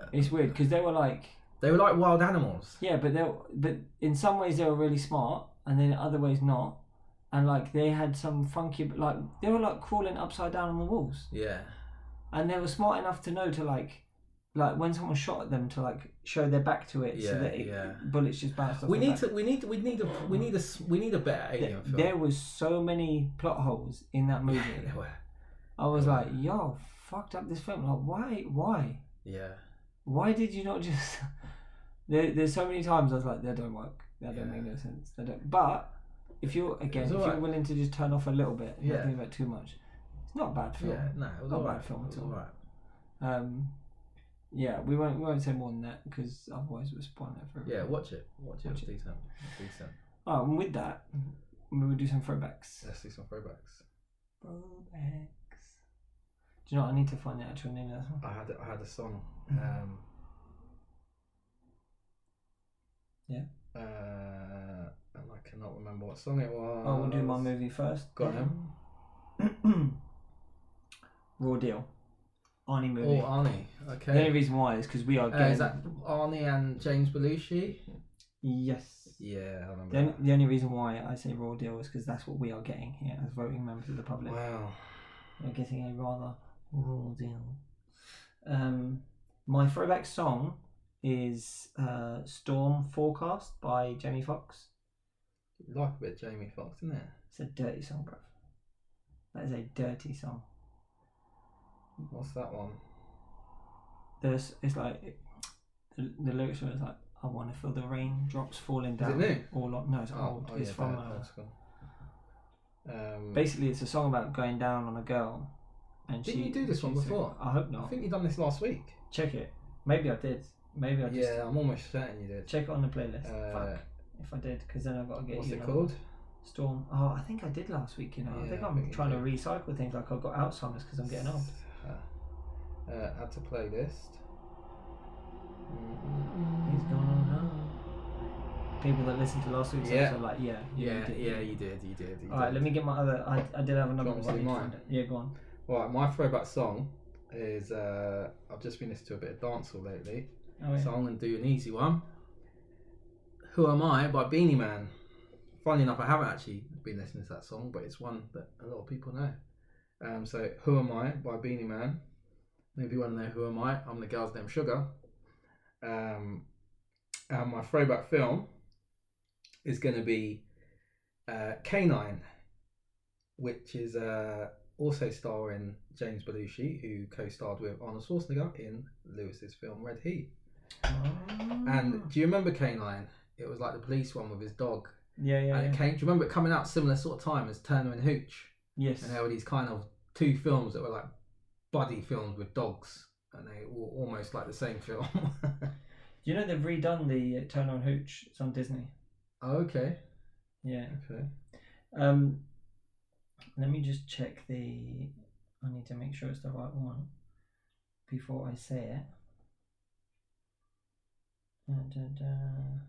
B: Uh,
A: it's weird because they were like,
B: They were like wild animals.
A: yeah, but they but in some ways they were really smart, and then in other ways not. And like they had some funky, like they were like crawling upside down on the walls,
B: Yeah.
A: and they were smart enough to know to like, like when someone shot at them to like show their back to it so
B: Yeah,
A: that it,
B: yeah.
A: bullets just bounced off.
B: We
A: their
B: need
A: back.
B: to. We need. We need a. We need a. s- We need a better
A: Th-
B: alien film.
A: There was so many plot holes in that
B: [laughs]
A: movie.
B: There were.
A: I was like, "Yo, fucked up this film. Like, why? Why?
B: Yeah.
A: Why did you not [laughs] just?" there, there's so many times I was like, "That don't work. That don't
B: Yeah.
A: make no sense. That don't." But if you're again, if
B: was
A: you're
B: alright.
A: willing to just turn off a little bit, not
B: Yeah.
A: think about too much, it's not a bad film.
B: Yeah. No, it was
A: Not a bad
B: alright.
A: film
B: It was
A: at all.
B: alright.
A: Um, yeah, we won't we won't say more than that because otherwise we're spoiling it for.
B: Yeah. Watch it. Watch it.
A: Watch
B: It's decent. It's decent.
A: Oh, and with that, we will do some throwbacks.
B: Let's do some throwbacks.
A: Throwbacks. Do you know? What? I need to find the actual name of that song.
B: I had. I had a song.
A: Mm-hmm.
B: Um,
A: Yeah.
B: Uh, and I cannot remember what song it was.
A: I will Oh, do my movie first.
B: Go on then.
A: [clears throat] Raw deal. Arnie movie.
B: Oh, Arnie.
A: the only
B: Okay.
A: reason why is because we are
B: Uh,
A: getting.
B: is that Arnie and James Belushi?
A: Yes.
B: Yeah, I remember.
A: The only,
B: that.
A: the only reason why I say raw deal is because that's what we are getting here as voting members of the public.
B: Wow.
A: We're getting a rather raw deal. Um, my throwback song is uh, Storm Forecast by Jamie Foxx.
B: Like a bit Jamie Foxx, isn't it?
A: It's a dirty song, bruv. That is a dirty song.
B: What's that one?
A: There's, it's like the, the lyrics are like, "I want to feel the rain drops falling down."
B: Is it new? Oh,
A: All on, no, it's old. it's
B: yeah,
A: from
B: that-
A: uh,
B: old school. Um,
A: basically it's a song about going down on a girl. And
B: Didn't
A: she,
B: you do this one
A: she's-
B: before?
A: I hope
B: I
A: not.
B: think you done this last week.
A: Check it. Maybe I did. Maybe I just
B: Yeah, I'm almost certain you did.
A: check it on the playlist.
B: Uh,
A: Fuck if I did, because then I've got to get
B: What's
A: you.
B: it
A: another
B: called?
A: Storm. Oh, I think I did last week. You know, I
B: Yeah,
A: think
B: I
A: I'm
B: think you
A: trying to recycle things like I've got Alzheimer's because I'm getting old.
B: Uh, uh, add to playlist. Mm-hmm.
A: He's gone home. People that listened to last week's
B: Yeah.
A: episode are like, yeah, you did.
B: you did, you did.
A: All right, let me get my other. I, I did have another one.
B: Do you want
A: so I
B: to
A: need to
B: do
A: find it. Yeah, go on.
B: Right, my throwback song is uh, I've just been listening to a bit of dancehall lately,
A: Oh, yeah.
B: so I'm gonna do an easy one. Who Am I by Beanie Man. Funny enough, I haven't actually been listening to that song, but it's one that a lot of people know. Um, so Who Am I by Beanie Man. And if you want to know Who Am I, I'm the girl's name Sugar. Um, and my throwback film is going to be uh, Canine, which is uh, also starring James Belushi, who co-starred with Arnold Schwarzenegger in Lewis's film Red Heat.
A: Ah.
B: And do you remember Canine? It was like the police one with his dog.
A: yeah, yeah,
B: And
A: yeah.
B: it came. Do you remember it coming out similar sort of time as Turner and Hooch?
A: yes.
B: And there were these kind of two films that were like buddy films with dogs, and they were almost like the same film. [laughs]
A: You know they've redone the uh, Turn on Hooch. It's on Disney.
B: oh, okay.
A: Yeah.
B: Okay.
A: Um. Let me just check the. I need to make sure it's the right one before I say it. Dun, dun, dun.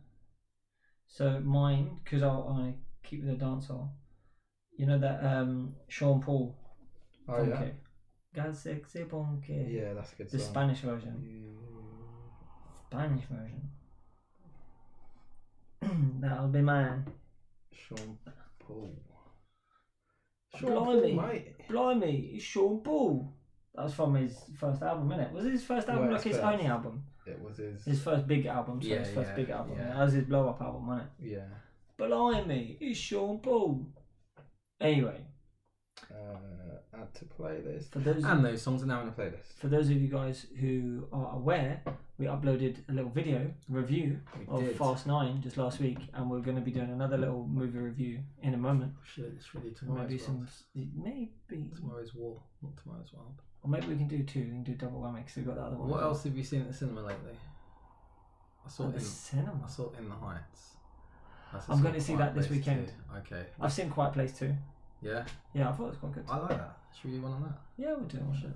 A: So mine, because I want to keep the dance hall. You know that um Sean Paul.
B: Oh yeah.
A: Ponke. Gas sexy ponke.
B: Yeah, that's a good.
A: The
B: song.
A: Spanish version. Spanish version. [clears throat] That'll be mine.
B: Sean Paul.
A: Blimey.
B: mate.
A: Blimey, it's Sean Paul. That was from his first album, innit? Was it his first album,
B: Well,
A: like
B: his
A: his
B: first.
A: only album?
B: It was his.
A: His first big album, so
B: Yeah,
A: his first
B: yeah,
A: big album.
B: yeah.
A: That was his blow up album, wasn't
B: Yeah.
A: it? Blimey, it's Sean Paul. Anyway,
B: Uh, add to playlist.
A: for those
B: And those songs are now in a playlist.
A: for those of you guys who are aware, we uploaded a little video review
B: We
A: of
B: did.
A: Oh, Fast Nine just last week, and we're going to be doing another little movie review in a moment.
B: Shit, Oh, it's really tomorrow's
A: Maybe
B: world.
A: some, maybe,
B: Tomorrow's war, not tomorrow's world.
A: or maybe we can do two. We can do double whammy because we've got the other one.
B: What else have you seen at the cinema lately? I saw.
A: At the
B: In, I
A: cinema.
B: saw In the Heights. That's a
A: I'm
B: sort
A: gonna
B: of
A: see
B: quiet
A: that this
B: place
A: weekend.
B: too. Okay.
A: I've seen Quiet Place too.
B: Yeah,
A: Yeah, I thought it was quite good.
B: I like that. Should we do one on that?
A: Yeah, we're doing all shit.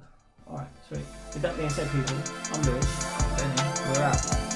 A: Alright, sweet. With that being said, people, I'm Lewis.
B: Benny.
A: We're out.